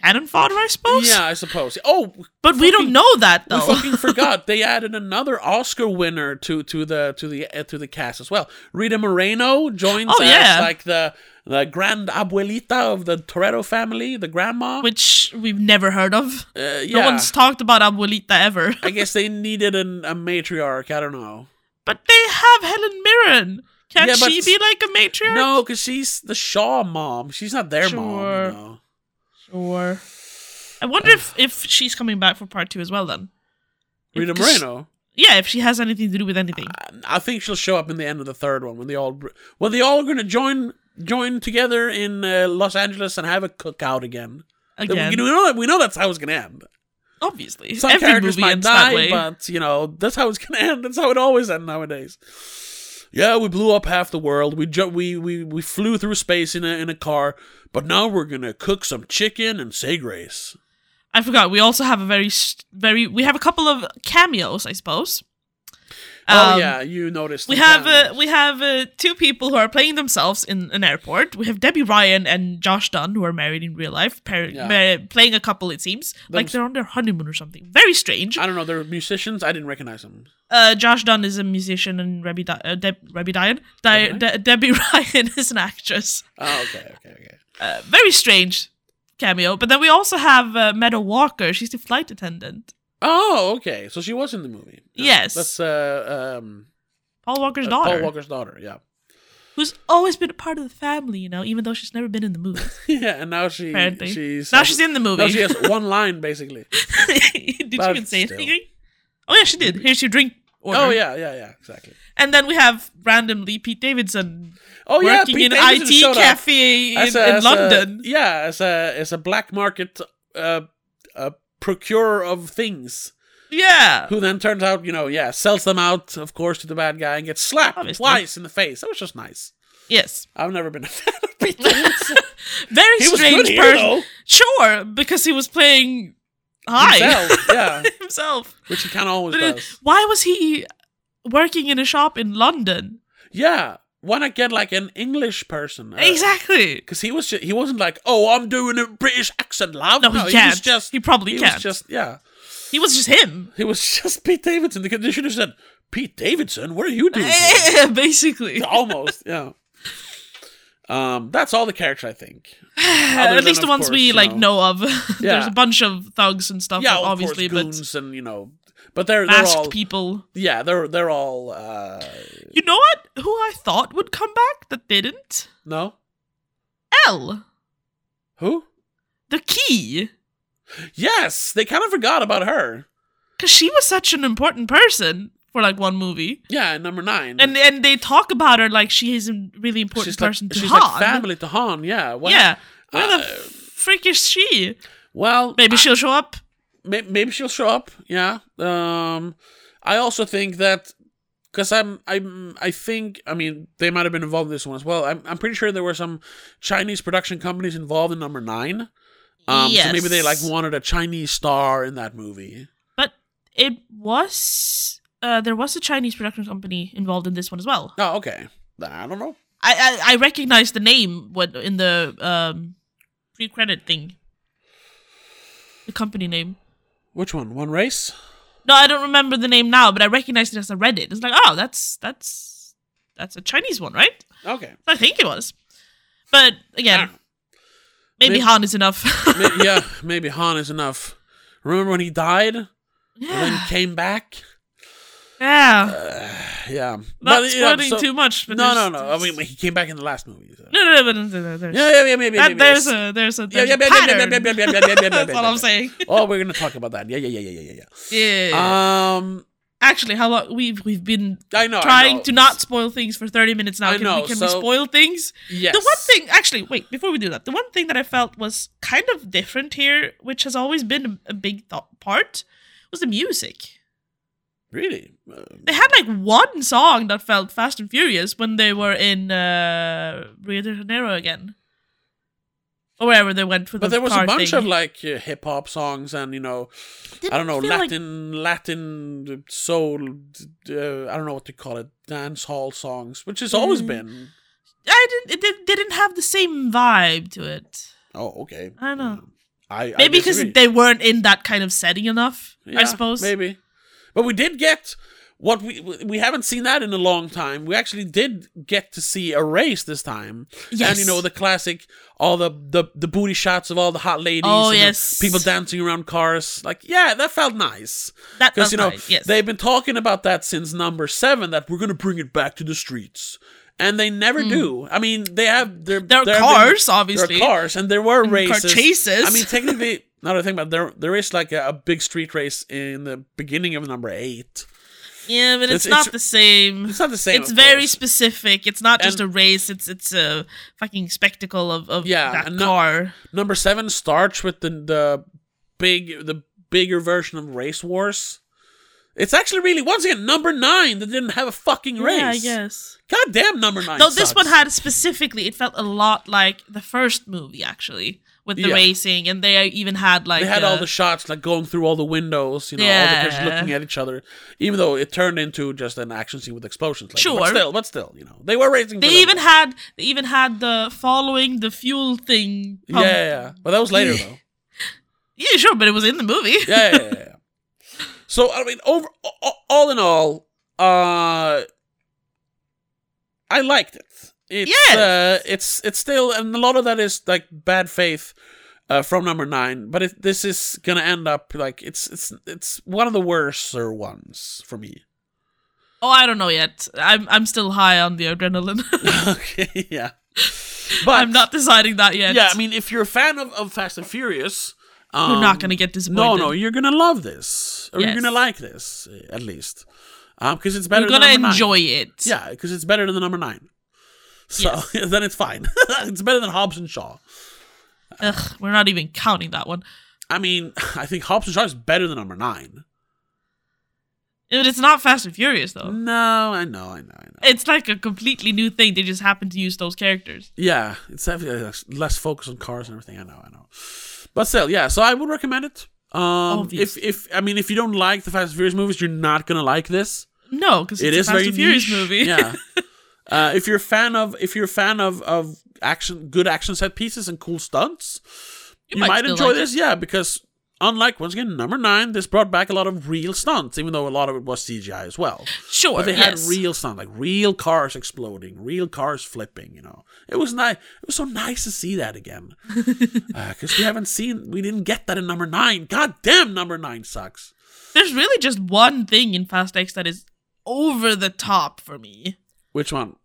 B: cannon fodder, I suppose.
A: Yeah, I suppose. Oh,
B: But we don't know that
A: we
B: though. [laughs]
A: fucking forgot they added another Oscar winner to to the to the uh, to the cast as well. Rita Moreno joins
B: Oh,
A: as
B: yeah.
A: like the the grand abuelita of the Toretto family, the grandma.
B: Which we've never heard of.
A: uh, yeah,
B: No one's talked about Abuelita ever.
A: I guess they needed an, a matriarch. I don't know.
B: But they have Helen Mirren. Can't
A: Yeah, but-
B: she be like a matriarch?
A: No, because she's the Shaw mom. She's not their mom.
B: Sure.
A: You know?
B: Sure. I wonder if, if she's coming back for part two as well then. If-
A: Rita
B: 'cause she-
A: Moreno.
B: yeah, if she has anything to do with anything.
A: I think she'll show up in the end of the third one when they all when they all going to join join together in uh, Los Angeles and have a cookout again.
B: Again,
A: We know we know that's how it's going to end.
B: obviously.
A: Some
B: Every
A: characters
B: movie
A: might
B: ends that
A: die,
B: way.
A: but you know that's how it's going to [laughs] end. That's how it always ends nowadays. Yeah, we blew up half the world. We ju- we we we flew through space in a in a car, but now we're gonna cook some chicken and say grace.
B: I forgot. We also have a very, s- very. We have a couple of cameos, I suppose.
A: oh
B: Um,
A: yeah, you noticed.
B: We
A: the
B: have
A: cameos.
B: uh, we have uh, two people who are playing themselves in an airport. We have Debbie Ryan and Josh Dunn, who are married in real life, par-
A: Yeah.
B: mar- playing a couple. It seems like
A: Them's-
B: they're on their honeymoon or something. Very strange.
A: I don't know. They're musicians. I didn't recognize them.
B: Uh, Josh Dunn is a musician, and Rebby Di- uh, Deb- Rebby Dian, Di-
A: Debbie?
B: De- Debbie [laughs] Ryan is an actress.
A: Oh, okay, okay, okay.
B: Uh, very strange cameo. But then we also have uh, Meadow Walker. She's the flight attendant.
A: Oh, okay. So she was in the movie. Yeah.
B: Yes.
A: That's uh um
B: Paul Walker's
A: uh,
B: daughter.
A: Paul Walker's daughter, yeah. [laughs]
B: who's always been a part of the family, you know, even though she's never been in the movie.
A: yeah, and now she
B: Apparently.
A: she's
B: now she's in the movie.
A: now she has one line basically.
B: [laughs] did you
A: but
B: even say
A: still.
B: anything? Oh yeah, she did. Here's your drink order.
A: Oh yeah, yeah, yeah, exactly.
B: And then we have randomly Pete Davidson
A: Oh yeah,
B: working
A: Pete
B: in an
A: Davidson
B: IT
A: showed up
B: cafe in,
A: as a-
B: in
A: as a-
B: London.
A: yeah, as a as a black market uh, uh procurer of things,
B: yeah.
A: who then turns out you know yeah sells them out of course to the bad guy and gets slapped
B: Obviously.
A: twice in the face. That was just nice.
B: Yes.
A: I've never been a fan of
B: [laughs]
A: Pete Davidson.
B: Very
A: he was good
B: strange
A: here
B: person.
A: though.
B: Sure, because he was playing high
A: Himself, yeah,
B: [laughs] himself.
A: which he kind of always
B: But it-
A: does.
B: why was he working in a shop in London?
A: Yeah, why not get like an English person?
B: exactly.
A: Because he was just, he wasn't like, oh, I'm doing a British accent, love.
B: No, he can't.
A: was just
B: He probably
A: he
B: can't.
A: was just yeah,
B: He was just him.
A: he was [laughs] just Pete Davidson. The conditioner said, Pete Davidson, what are you doing?
B: [laughs]
A: here?"
B: Eh, basically.
A: Almost, yeah. Um, that's all the characters I
B: [sighs]
A: think. Other
B: At least
A: than,
B: the
A: of
B: ones we
A: course,
B: like
A: you
B: know of. [laughs] There's
A: Yeah.
B: a bunch of thugs and stuff,
A: Yeah, obviously,
B: obviously,
A: of course,
B: but
A: goons and you know, but they're they're
B: masked
A: all
B: people.
A: yeah, they're they're all uh
B: You know what? Who I thought would come back that didn't?
A: no
B: L.
A: who?
B: The key.
A: Yes, they kind of forgot about her.
B: Because she was such an important person for like one movie.
A: Yeah, number nine.
B: And and they talk about her like she is a really important
A: Mm. she's
B: person
A: like
B: to
A: she's
B: Han.
A: like family to Han. Yeah, what
B: yeah. Where the
A: uh,
B: freak is she?
A: Well,
B: Maybe she'll show up.
A: maybe, maybe she'll show up. Yeah. Um, I also think that because I'm I'm I think I mean they might have been involved in this one as well. I'm I'm pretty sure there were some Chinese production companies involved in number nine. Um, So maybe they like
B: Yes.
A: wanted a Chinese star in that movie.
B: But it was. Uh, there was a Chinese production company involved in this one as well.
A: Oh, okay. I don't know.
B: I I, I recognize the name when in the um pre credit thing. The company name.
A: Which one? One race?
B: No, I don't remember the name now, but I recognized it as I read it. It's like, oh, that's that's that's a Chinese one, right?
A: Okay.
B: I think it was. But again,
A: Ah.
B: maybe
A: May-
B: Han is enough. [laughs]
A: May- yeah, [laughs] maybe Han is enough. Remember when he died and then
B: yeah.
A: came back?
B: yeah.
A: Yeah.
B: Not
A: Uh, But, yeah,
B: spoiling
A: so-
B: too much. But
A: No, no,
B: there's-
A: no. I mean, he came back in the last movie. So.
B: no, no, no, but no, no, no, there's,
A: Yeah, yeah, yeah, maybe.
B: that,
A: maybe.
B: there's a there's a,
A: yeah,
B: there's
A: yeah, yeah, yeah, yeah,
B: a
A: yeah,
B: pattern.
A: yeah, yeah, yeah, yeah, yeah, yeah,
B: [laughs] That's all
A: yeah.
B: I'm saying.
A: Oh, we're gonna talk about that. Yeah, yeah, yeah, yeah, yeah, yeah.
B: Yeah.
A: yeah. Um,
B: Actually, how long we've we've been
A: I know. I
B: trying
A: know.
B: to not spoil things for 30 minutes now.
A: I
B: Can,
A: know,
B: we, can
A: so-
B: we spoil things?
A: Yes.
B: The one thing, actually, wait, before we do that, the one thing that I felt was kind of different here, which has always been a, a big th- part, was the music.
A: Really? Um,
B: They had like one song that felt Fast and Furious when they were in uh, Rio de Janeiro again. Or wherever they went for the
A: but there was a
B: car
A: bunch
B: thing.
A: of like uh, hip hop songs and you know
B: Didn't
A: I don't know
B: feel like-
A: Latin Latin soul uh, I don't know what to call it dance hall songs which has always
B: Mm.
A: been
B: I didn't. It did, they didn't have the same vibe to it.
A: oh okay
B: I know.
A: I I
B: Maybe because
A: disagree.
B: they weren't in that kind of setting enough. I
A: Yeah,
B: suppose.
A: maybe but we did get what we we haven't seen that in a long time we actually did get to see a race this time
B: Yes.
A: and you know the classic all the the, the booty shots of all the hot ladies
B: Oh,
A: and the
B: yes.
A: people dancing around cars like yeah that felt nice
B: that
A: Because
B: was
A: you know
B: nice, yes.
A: they've been talking about that since number seven that we're gonna bring it back to the streets, and they never do. I mean, they have their
B: Hmm. There are
A: there have
B: cars,
A: been,
B: obviously.
A: there are cars, and there were
B: car
A: races.
B: chases.
A: I
B: [laughs]
A: mean, technically, now that I think about it, there there is like a, a big street race in the beginning of number eight.
B: yeah, but
A: it's-
B: it's,
A: it's-
B: not the same.
A: It's not the same.
B: It's
A: of
B: very
A: course.
B: specific. It's not just
A: And-
B: a race. It's it's a fucking spectacle of of
A: Yeah,
B: that
A: and not-
B: car.
A: number seven starts with the the big the bigger version of race wars. It's actually really once again number nine that didn't have a fucking race.
B: Yeah, I guess.
A: Goddamn number nine.
B: Though this one
A: sucks.
B: had specifically, it felt a lot like the first movie actually with the
A: Yeah.
B: racing, and they even had like
A: they had all
B: uh,
A: the shots like going through all the windows, you know, all the characters
B: Yeah.
A: looking at each other. Even though it turned into just an action scene with explosions, like, But
B: Sure.
A: still, but still, you know, they were racing.
B: They
A: for them.
B: even had they even had the following the fuel thing.
A: yeah,
B: pumped.
A: yeah, yeah. but that was later though.
B: Yeah, sure, but it was in the movie.
A: Yeah, yeah, yeah, yeah. so I mean, over a- a- all in all, uh, I liked it. It's,
B: Yes.
A: uh, it's it's still, and a lot of that is like bad faith. Uh, from number nine, but it, this is gonna end up like it's it's it's one of the worser ones for me. [laughs]
B: Oh, I don't know yet. I'm I'm still high on the adrenaline. [laughs]
A: okay, yeah. But
B: I'm not deciding that yet.
A: Yeah, I mean, if you're a fan of, of Fast and Furious, um,
B: you're not gonna get disappointed.
A: No, no, you're gonna love this, or you're
B: Yes.
A: gonna like this uh, at least, because it's better.
B: you're gonna
A: than number
B: enjoy
A: Nine.
B: it.
A: Yeah, because it's better than the number nine. So [laughs] then it's fine. it's better than Hobbs and Shaw.
B: Ugh, we're not even counting that one.
A: I mean, [laughs] I think Hobbs and Shaw is better than number nine.
B: But it's not Fast and Furious though.
A: No, I know, I know, I know.
B: It's like a completely new thing. They just happen to use those characters.
A: Yeah, it's definitely uh, less- less focus on cars and everything. I know, I know. But still, yeah. So I would recommend it.
B: Oh,
A: Um, if
B: Obviously.
A: if I mean, if you don't like the Fast and Furious movies, you're not gonna like this.
B: No, because
A: It
B: it's
A: is
B: a Fast
A: very
B: and Furious
A: niche.
B: movie. [laughs]
A: Yeah. Uh, if you're a fan of if you're a fan of of action, good action set pieces and cool stunts, you, might,
B: still
A: enjoy
B: like it.
A: this. Yeah, because unlike once again number nine, this brought back a lot of real stunts, even though a lot of it was CGI as well.
B: Sure.
A: But they had
B: yes.
A: real sound, like real cars exploding, real cars flipping. You know, it was nice. It was so nice to see that
B: [laughs]
A: again, because we haven't seen, we didn't get that in number nine. God damn, number nine sucks.
B: There's really just one thing in Fast X that is over the top for me.
A: Which one?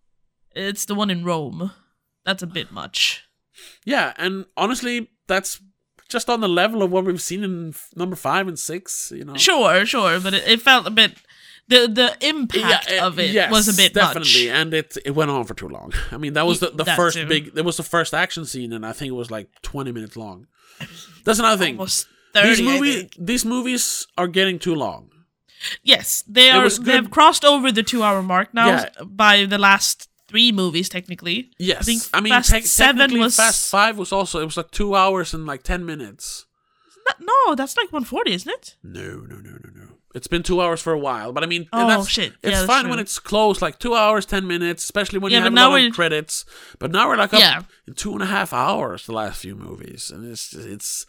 B: It's the one in Rome. That's a bit much.
A: Yeah, and honestly, that's just on the level of what we've seen in f- number five and six. You know,
B: Sure, sure, but it, it felt a bit. The the
A: Yeah,
B: impact
A: eh,
B: of it
A: yes,
B: was a bit
A: definitely,
B: much.
A: and it it went on for too long. I mean, that was the,
B: Y-
A: the
B: that
A: first
B: too.
A: big. It was the first action scene, and I think it was like twenty minutes long. That's another thing.
B: Almost thirty.
A: these
B: I
A: movies,
B: think.
A: these movies are getting too long.
B: Yes, they
A: It
B: are.
A: was
B: They have
A: good-
B: crossed over the two-hour mark now
A: Yeah.
B: by the last three movies, technically.
A: Yes, I,
B: I think
A: mean,
B: Fast
A: tec-
B: Seven
A: technically
B: was-
A: Fast Five was also it was like two hours and like ten minutes.
B: That- no, that's like one forty, isn't it?
A: No, no, no, no, no. It's been two hours for a while, but I mean,
B: Oh,
A: that's,
B: shit. Yeah,
A: It's
B: that's
A: fine
B: true.
A: when it's close, like two hours ten minutes, especially when
B: Yeah,
A: you
B: but
A: have a
B: now
A: lot
B: we're-
A: of credits. But now we're like up
B: Yeah.
A: in two and a half hours the last few movies, and it's it's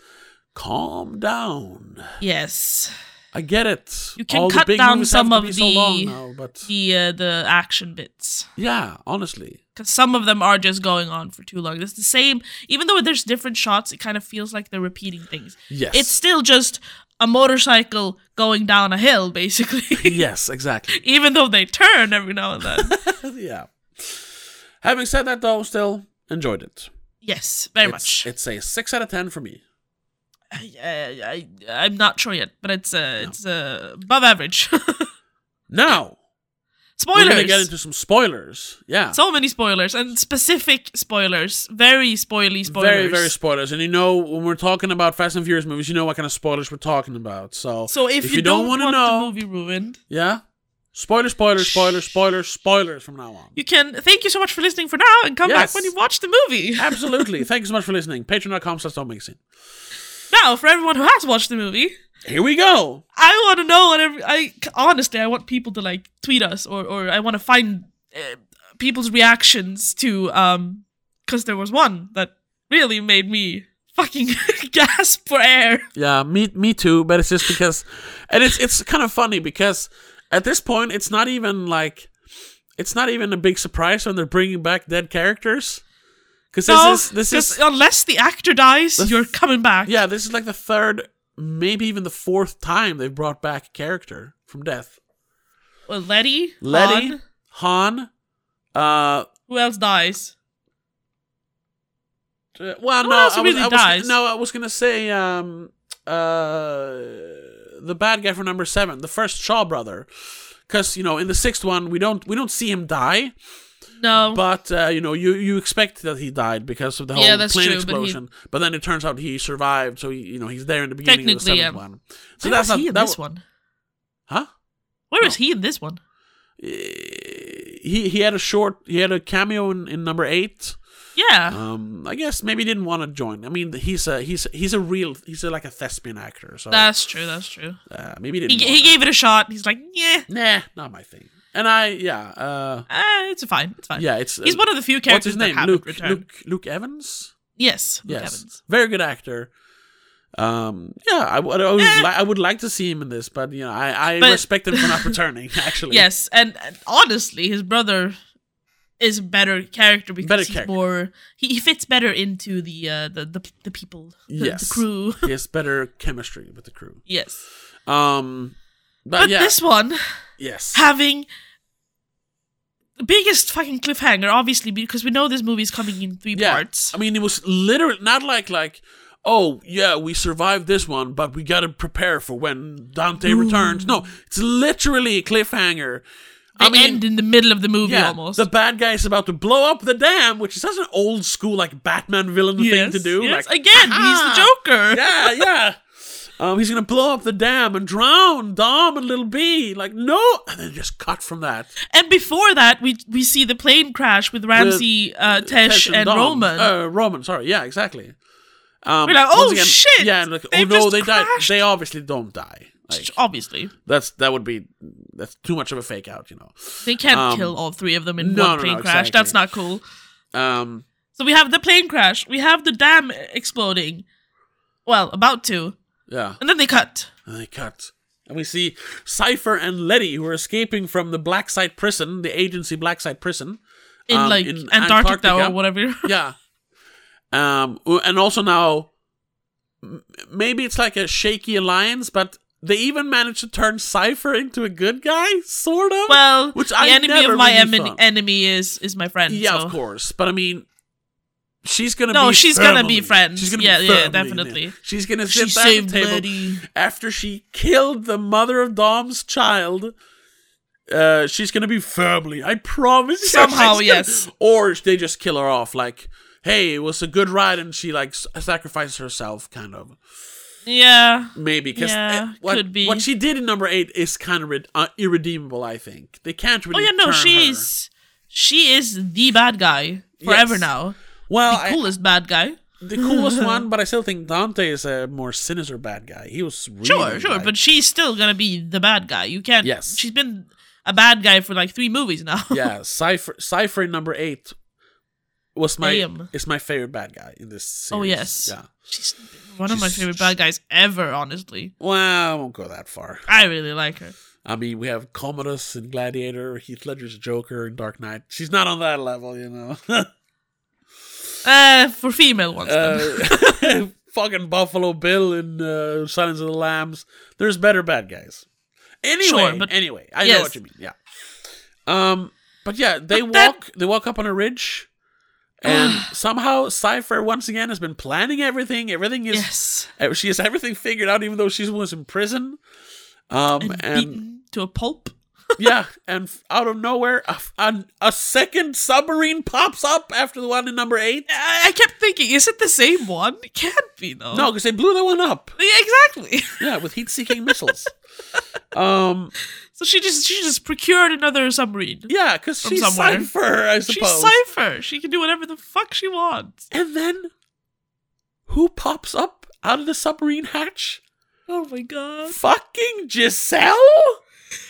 A: calm down.
B: Yes.
A: I get it.
B: You can
A: All the
B: cut
A: big
B: down
A: movies have
B: some
A: to
B: of
A: be so long
B: the-
A: now, but
B: The uh, the action bits.
A: yeah, honestly,
B: because some of them are just going on for too long. It's the same, even though there's different shots, it kind of feels like they're repeating things.
A: yes,
B: It's still just a motorcycle going down a hill,
A: [laughs]
B: basically, [laughs]
A: yes, exactly.
B: even though they turn every now and then.
A: [laughs] yeah. Having said that, though, still enjoyed it.
B: yes, very
A: it's,
B: much.
A: It's a six out of ten for me.
B: I, I, I, I'm not sure yet, but it's uh, it's uh, above average. [laughs]
A: Now we're gonna
B: Spoilers.
A: get into some spoilers. Yeah,
B: so many spoilers and specific spoilers. Very spoily spoilers.
A: very very spoilers. And you know when we're talking about Fast and Furious movies, you know what kind of spoilers we're talking about. So
B: so if, you, don't,
A: wanna
B: want
A: know,
B: the movie ruined,
A: yeah, spoiler, spoiler, spoiler, spoiler, spoilers from now on.
B: you [laughs] can thank you so much for listening for now and come
A: Yes.
B: back when you watch the movie.
A: Absolutely. Thank you so much for listening. Patreon.com slash don't make a scene.
B: now, for everyone who has watched the movie,
A: Here we go.
B: I want to know what every, I honestly I want people to like tweet us or or I want to find uh, people's reactions to um because there was one that really made me fucking [laughs] gasp for air.
A: Yeah, me me too, but it's just because and it's it's kind of funny because at this point it's not even like it's not even a big surprise when they're bringing back dead characters. Cuz this
B: no,
A: is this
B: 'cause
A: is
B: unless the actor dies,
A: That's-
B: you're coming back.
A: yeah, this is like the third maybe even the fourth time they've brought back a character from death.
B: Well, Letty,
A: Letty,
B: Han,
A: Han, uh
B: who else dies?
A: Uh, well,
B: No
A: no,
B: one else
A: I was,
B: really
A: I was,
B: dies.
A: no, I was gonna say um uh the bad guy for number seven, the first Shaw brother, because you know in the sixth one we don't we don't see him die,
B: No.
A: but uh, you know you you expect that he died because of the whole
B: Yeah, that's
A: plane
B: true, but he-
A: explosion, but, then it turns out he survived, so he, you know he's there in the beginning of the
B: Technically,
A: seventh
B: yeah.
A: one. So
B: Where
A: that's
B: was
A: not
B: he in
A: that
B: this
A: w-
B: one?
A: huh?
B: Where was he in this one?
A: Eh, He he had a short he had a cameo in, in number eight.
B: Yeah.
A: Um, I guess maybe he didn't want to join. I mean, he's a he's he's a real he's a, like a thespian actor, so
B: that's true. That's true.
A: uh, maybe he
B: He,
A: didn't.
B: he
A: wanna.
B: gave it a shot. He's like, yeah,
A: nah, not my thing. And I yeah uh
B: uh, it's fine. It's fine.
A: yeah it's
B: He's
A: uh,
B: one of the few
A: what's
B: characters
A: his name
B: that haven't
A: Luke
B: returned.
A: Luke Luke Evans.
B: yes, Luke
A: yes,
B: Evans.
A: very good actor. Um, yeah, I, would I would,
B: Eh.
A: li- I would like to see him in this, but you know, I, I
B: But-
A: respect him
B: [laughs]
A: for not returning. Actually,
B: Yes, and, and honestly, his brother is a better character because
A: Better
B: he's
A: character.
B: more he, he fits better into the uh the the, the people the, the
A: Yes.
B: crew.
A: he has better chemistry with the crew.
B: yes,
A: Um, but,
B: but
A: yeah,
B: this one
A: yes,
B: having the biggest fucking cliffhanger, obviously, because we know this movie is coming in three
A: Yeah.
B: parts.
A: I mean, it was literally not like like, oh yeah, we survived this one, but we gotta prepare for when Dante
B: Mm.
A: returns. No, it's literally a cliffhanger.
B: They
A: I mean,
B: end in the middle of the movie
A: yeah,
B: almost.
A: the bad guy is about to blow up the dam, which is such an old school like Batman villain thing
B: Yes,
A: to do.
B: yes.
A: Like
B: Again,
A: "Aha!"
B: he's the Joker.
A: yeah,
B: [laughs]
A: yeah. Um, he's gonna blow up the dam and drown Dom and Little B. Like no, and then just cut from that.
B: And before that, we we see the plane crash with Ramsey, uh, Tesh, and,
A: Dom.
B: Roman.
A: Uh, Roman, sorry. Yeah, exactly. Um,
B: We're like, oh,
A: once
B: shit!
A: Yeah, and like, oh
B: They've
A: no,
B: just
A: they
B: crashed.
A: died. They obviously don't die. Like,
B: Obviously,
A: that's that would be that's too much of a fake out, you know.
B: they can't
A: um,
B: kill all three of them in
A: no,
B: one
A: no,
B: plane
A: no,
B: crash.
A: exactly.
B: That's not cool.
A: Um,
B: So we have the plane crash. We have the dam exploding. Well, about to,
A: yeah,
B: and then they cut.
A: and they cut, and we see Cipher and Letty who are escaping from the Blackside prison, the agency Blackside prison.
B: In
A: Um,
B: like
A: in
B: Antarctica,
A: Antarctica.
B: or whatever. [laughs]
A: Yeah. Um, w- and also now, m- maybe it's like a shaky alliance, but they even managed to turn Cipher into a good guy, sort of. [laughs]
B: well,
A: Which
B: the
A: I
B: enemy
A: never
B: of my
A: really
B: emin-
A: thought.
B: enemy is is my friend.
A: Yeah,
B: so-
A: of course. But I mean, she's gonna
B: No,
A: be
B: she's gonna be
A: firmly-
B: friends.
A: She's gonna
B: Yeah,
A: be
B: yeah,
A: firmly in
B: definitely.
A: it. She's gonna
B: She
A: sit at
B: saved
A: the table
B: Letty.
A: after she killed the mother of Dom's child. Uh, she's gonna be firmly. I promise. you, [laughs]
B: Somehow,
A: she's gonna-
B: yes.
A: Or they just kill her off, like, hey, it was a good ride, and she like s- sacrificed herself, kind of.
B: Yeah,
A: Maybe because
B: Yeah,
A: what,
B: could be.
A: what she did in number eight is kind of rid- uh, irredeemable. I think they can't
B: Oh
A: really.
B: yeah, no,
A: turn her.
B: she's she is the bad guy forever
A: Yes.
B: now.
A: well.
B: the
A: I-
B: coolest bad guy.
A: the
B: [laughs]
A: coolest one, but I still think Dante is a more sinister bad guy. He was really
B: Sure, sure,
A: like-
B: but she's still gonna be the bad guy. You can't.
A: Yes.
B: she's been a bad guy for like three movies now. [laughs]
A: yeah, Cipher Cipher in number eight was my
B: Damn.
A: is my favorite bad guy in this. Series.
B: oh yes,
A: yeah.
B: she's one of my
A: She's-
B: favorite bad guys ever. Honestly,
A: Well, I won't go that far.
B: I really like her.
A: I mean, we have Commodus and Gladiator, Heath Ledger's Joker and Dark Knight. She's not on that level, you know. [laughs]
B: Uh, for female ones. then.
A: uh, [laughs] fucking Buffalo Bill and uh, Silence of the Lambs. There's better bad guys. Anyway,
B: Sure, but-
A: anyway, I know
B: yes.
A: what you mean. Yeah. Um, but yeah, they
B: But that-
A: walk. They walk up on a ridge,
B: [sighs]
A: and somehow Cipher once again has been planning everything. Everything is
B: yes,
A: eh, she has everything figured out, even though she was in prison. Um,
B: and,
A: and
B: beaten to a pulp.
A: [laughs] yeah, and f- out of nowhere, a, f- an- a second submarine pops up after the one in number eight.
B: I, I kept thinking, is it the same one? It can't be though.
A: No, because they blew that one up.
B: Yeah, exactly. [laughs]
A: Yeah, with heat-seeking missiles. Um,
B: So she just she just procured another submarine.
A: yeah, because
B: From
A: she's
B: somewhere.
A: Cypher, I
B: She's
A: suppose.
B: Cypher. She can do whatever the fuck she wants.
A: and then, who pops up out of the submarine hatch?
B: Oh my god.
A: Fucking Giselle?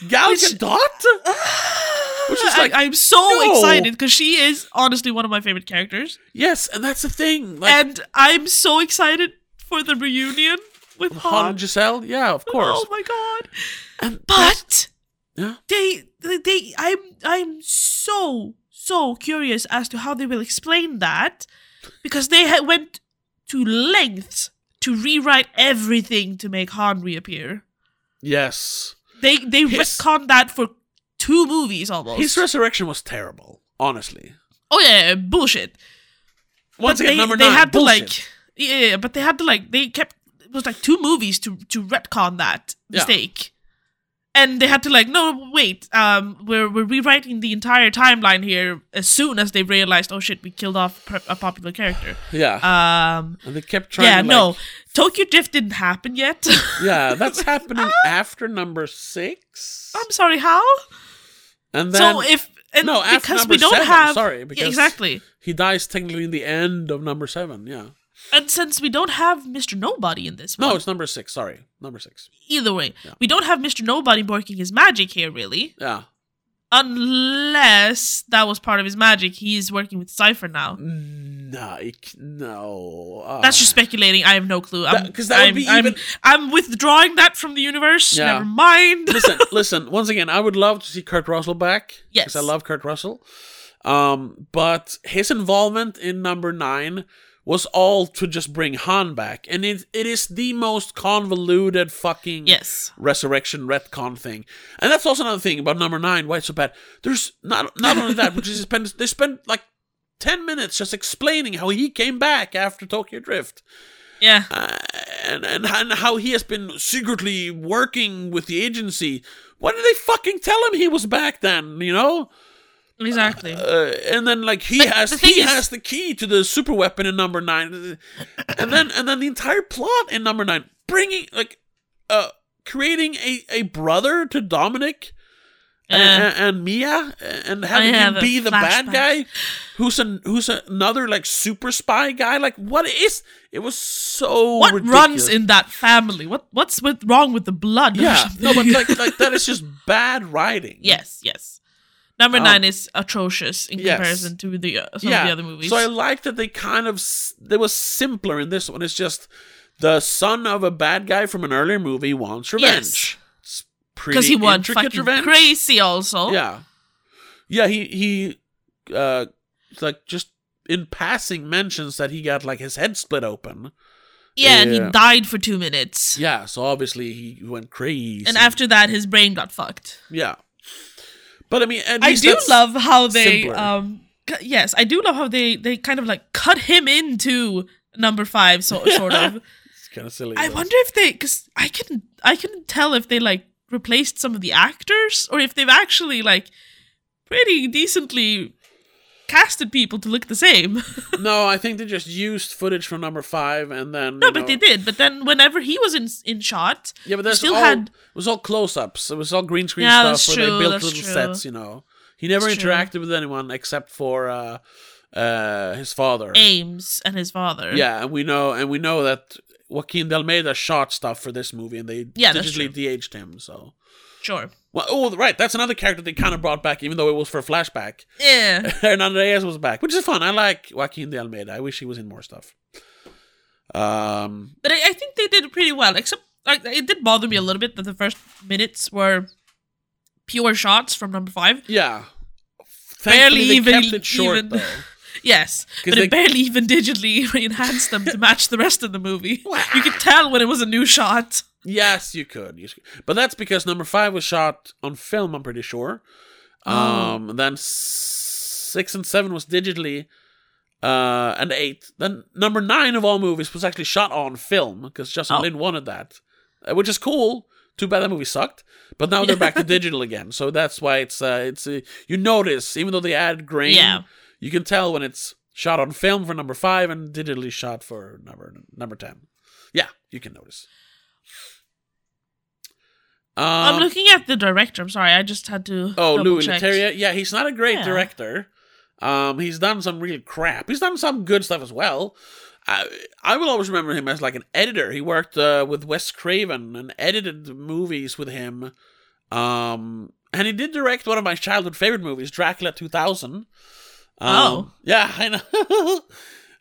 A: Gal
B: Which- [sighs]
A: Gadot? Which is like,
B: I, am so
A: no.
B: excited because she is honestly one of my favorite characters.
A: yes, and that's the thing. Like,
B: and I'm so excited for the reunion with Han.
A: Han Giselle? Yeah, of course.
B: Oh my god.
A: And
B: But
A: Yeah.
B: they they- they I'm I'm so so curious as to how they will explain that because they ha- went to lengths to rewrite everything to make Han reappear.
A: yes.
B: They they
A: His-
B: retconned that for two movies almost.
A: His resurrection was terrible, honestly.
B: oh yeah, bullshit.
A: Once
B: but
A: again,
B: they,
A: number
B: they
A: nine.
B: had
A: bullshit.
B: to like yeah, yeah, but they had to like they kept it was like two movies to to retcon that
A: Yeah.
B: mistake. And they had to like, no, wait, um, we're we're rewriting the entire timeline here as soon as they realized, oh shit, we killed off per- a popular character.
A: yeah,
B: Um,
A: and they kept trying.
B: yeah,
A: to, like-
B: no, Tokyo Drift didn't happen yet. [laughs]
A: yeah, that's happening after number six,
B: I'm sorry, how?
A: and then
B: so if and
A: no, after
B: because
A: number
B: we don't
A: seven,
B: have
A: sorry,
B: Yeah,
A: because-
B: exactly,
A: he dies technically in the end of number seven. Yeah,
B: and since we don't have Mr. Nobody in this,
A: no,
B: one,
A: it's number six. Sorry, number six.
B: either way,
A: Yeah.
B: we don't have Mr. Nobody working his magic here, really.
A: Yeah,
B: Unless that was part of his magic. He's working with Cypher now.
A: no, it- no. ah.
B: That's just speculating. I have no clue. I'm-
A: 'cause that would
B: I'm-
A: be
B: I'm,
A: even-
B: I'm withdrawing that from the universe.
A: Yeah.
B: Never
A: [laughs]
B: mind.
A: listen, listen. Once again, I would love to see Kurt Russell back.
B: Yes.
A: I love Kurt Russell. Um, but his involvement in number nine was all to just bring Han back, and it it is the most convoluted fucking
B: Yes.
A: resurrection retcon thing. And that's also another thing about number nine. Why it's so bad? There's not not only that, which is they spent they spent like ten minutes just explaining how he came back after Tokyo Drift
B: Yeah.
A: uh, and, and and how he has been secretly working with the agency. Why did they fucking tell him he was back then? You know,
B: Exactly.
A: uh, and then like he
B: But
A: has
B: the
A: he
B: thing is-
A: has the key to the super weapon in number nine, and then and then the entire plot in number nine, bringing like, uh, creating a a brother to Dominic. And,
B: Uh,
A: and, and Mia, and having him
B: have a
A: be the bad
B: flashback.
A: guy, who's an who's another like super spy guy. Like, what is? It was so
B: what
A: ridiculous.
B: runs in that family? What What's with, wrong with the blood? or [laughs]
A: Yeah,
B: something?
A: no, but like, like that is just bad writing.
B: yes, yes. Number
A: Um,
B: nine is atrocious in
A: yes.
B: comparison to the uh, some
A: yeah.
B: of the other movies.
A: So I like that they kind of s- they were simpler in this one. It's just the son of a bad guy from an earlier movie wants revenge. It's pretty
B: because he went
A: intricate
B: fucking
A: revenge.
B: crazy. Also,
A: Yeah, yeah. He he, uh, like just in passing mentions that he got like his head split open.
B: yeah, and he
A: Yeah.
B: died for two minutes.
A: Yeah, so obviously he went crazy.
B: and after that his brain got fucked
A: yeah, but I mean, at
B: i
A: least
B: do
A: that's-
B: love how they
A: simpler.
B: um cu- yes i do love how they they kind of like cut him into number five so sort of
A: It's kind of silly.
B: [laughs] i
A: though.
B: wonder if they because i can i can tell if they like replaced some of the actors or if they've actually like pretty decently casted people to look the same [laughs]
A: No, I think they just used footage from number five and then.
B: no
A: you
B: but
A: know-
B: they did but then whenever he was in in shot
A: Yeah, but that's
B: still
A: all.
B: had-
A: It was all close-ups. It was all green screen
B: Yeah, that's
A: stuff where
B: true,
A: they built
B: that's
A: little
B: true.
A: sets. You know, he never
B: That's true.
A: interacted with anyone except for uh, uh, his father.
B: ames and his father
A: Yeah, and we know and we know that Joaquin de Almeida shot stuff for this movie, and they
B: Yeah, that's true.
A: digitally de-aged him. So,
B: sure
A: well, oh right, that's another character they kind of brought back, even though it was for a flashback. [laughs]
B: yeah
A: Hernandez was back, which is fun. I like Joaquin de Almeida. I wish he was in more stuff. Um,
B: But I, I think they did pretty well, except like it did bother me a little bit that the first minutes were pure shots from number five.
A: Yeah. Thankfully,
B: Barely
A: they
B: even-
A: kept it short
B: even-
A: though.
B: Yes,
A: 'Cause
B: but
A: they-
B: it barely even digitally [laughs] enhanced them to match the rest of the movie. You could tell when it was a new shot.
A: Yes, you could. You could. But that's because number five was shot on film. I'm pretty sure.
B: Oh.
A: Um, then s- six and seven was digitally, uh, and eight. Then number nine of all movies was actually shot on film because Justin
B: Oh.
A: Lin wanted that, uh, which is cool Too bad that movie sucked, but now they're back
B: [laughs]
A: to digital again. So that's why it's uh, it's uh, you notice even though they add grain,
B: Yeah.
A: you can tell when it's shot on film for number five and digitally shot for number number ten. Yeah, you can notice. Um,
B: I'm looking at the director. I'm sorry, I just had to.
A: Oh,
B: double
A: Louis
B: check.
A: Leterrier. Yeah, he's not a great
B: Yeah.
A: director. Um, he's done some real crap. He's done some good stuff as well. I I will always remember him as like an editor. He worked uh, with Wes Craven and edited movies with him. Um, and he did direct one of my childhood favorite movies, Dracula 2000. Um,
B: Oh.
A: yeah, [laughs] I know.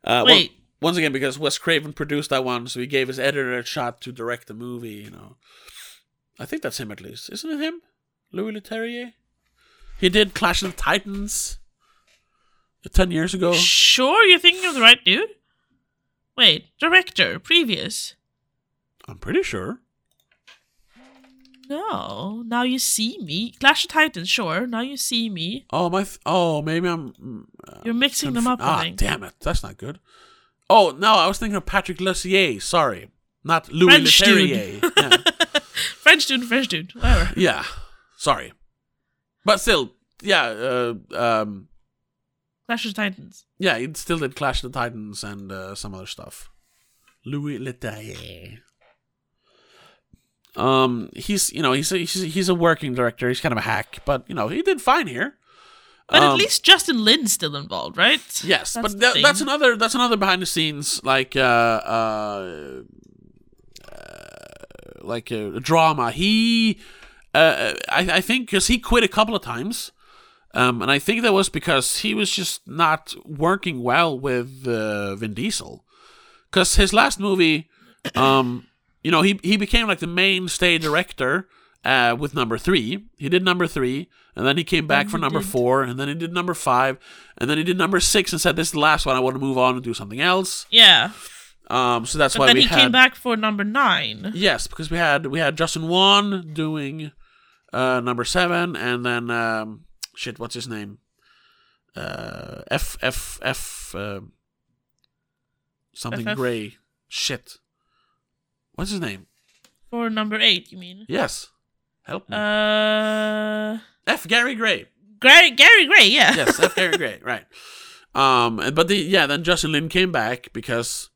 A: uh, well,
B: Wait,
A: once again, because Wes Craven produced that one, so he gave his editor a shot to direct the movie. You know, I think that's him at least, isn't it? Him, Louis Leterrier. He did Clash of the Titans uh, ten years ago.
B: sure you're thinking of the right dude? Wait, director, previous.
A: I'm pretty sure.
B: No, now you see me. Clash of Titans, sure. Now you see me.
A: Oh my! Th- oh, maybe I'm. mm, Uh,
B: You're mixing them
A: conf-
B: up, I
A: Ah,
B: think.
A: damn it! That's not good. Oh no, I was thinking of Patrick Lussier. Sorry, not Louis
B: French dude.
A: Leterrier. Yeah. [laughs]
B: French dude, French dude, whatever.
A: Yeah. Sorry. But still, yeah, uh, um,
B: Clash of Titans.
A: yeah, it still did Clash of the Titans and uh, some other stuff. Louis Leterrier. Um, he's you know he's a, he's a- he's a working director. He's kind of a hack, but you know he did fine here.
B: But at
A: Um,
B: least Justin Lin's still involved, right?
A: Yes,
B: That's
A: but
B: the
A: tha-
B: thing.
A: that's another that's another behind the scenes like uh, uh, uh like a, drama. He, uh, I I think because he quit a couple of times, um, and I think that was because he was just not working well with uh, Vin Diesel, because his last movie, um, you know, he he became like the mainstay director. Uh, with number three, he did number three, and then he came back
B: Then
A: for
B: he
A: number
B: did.
A: four, and then he did number five, and then he did number six, and said, "This is the last one. I want to move on and do something else."
B: Yeah.
A: Um, so that's
B: But
A: why
B: then
A: we
B: he
A: had
B: came back for number nine.
A: yes, because we had we had Justin Wan doing uh, number seven, and then um, shit, what's his name? Uh, F F F um something
B: FF?
A: gray. Shit, what's his name?
B: For number eight, you mean?
A: Yes, help me.
B: Uh,
A: F Gary Gray.
B: Gary, Gary Gray, yeah.
A: yes, F. Gary Gray, [laughs] right. Um, and- but the yeah, then Justin Lin came back because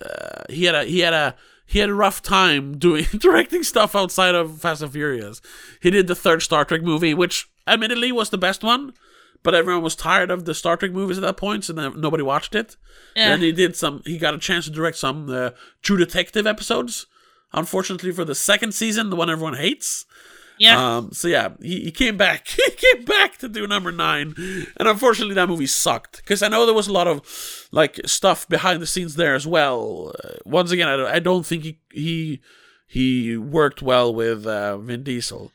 A: uh, he had a he had a he had a rough time doing [laughs] directing stuff outside of Fast and Furious. He did the third Star Trek movie, which admittedly was the best one, but everyone was tired of the Star Trek movies at that point, so then nobody watched it.
B: Yeah.
A: And he did some. He got a chance to direct some uh, True Detective episodes. Unfortunately, for the second season, the one everyone hates.
B: [laughs] yeah.
A: Um, so yeah, he, he came back. [laughs] He came back to do number nine, and unfortunately, that movie sucked because I know there was a lot of like stuff behind the scenes there as well. Uh, once again, I don't, I don't think he he he worked well with uh, Vin Diesel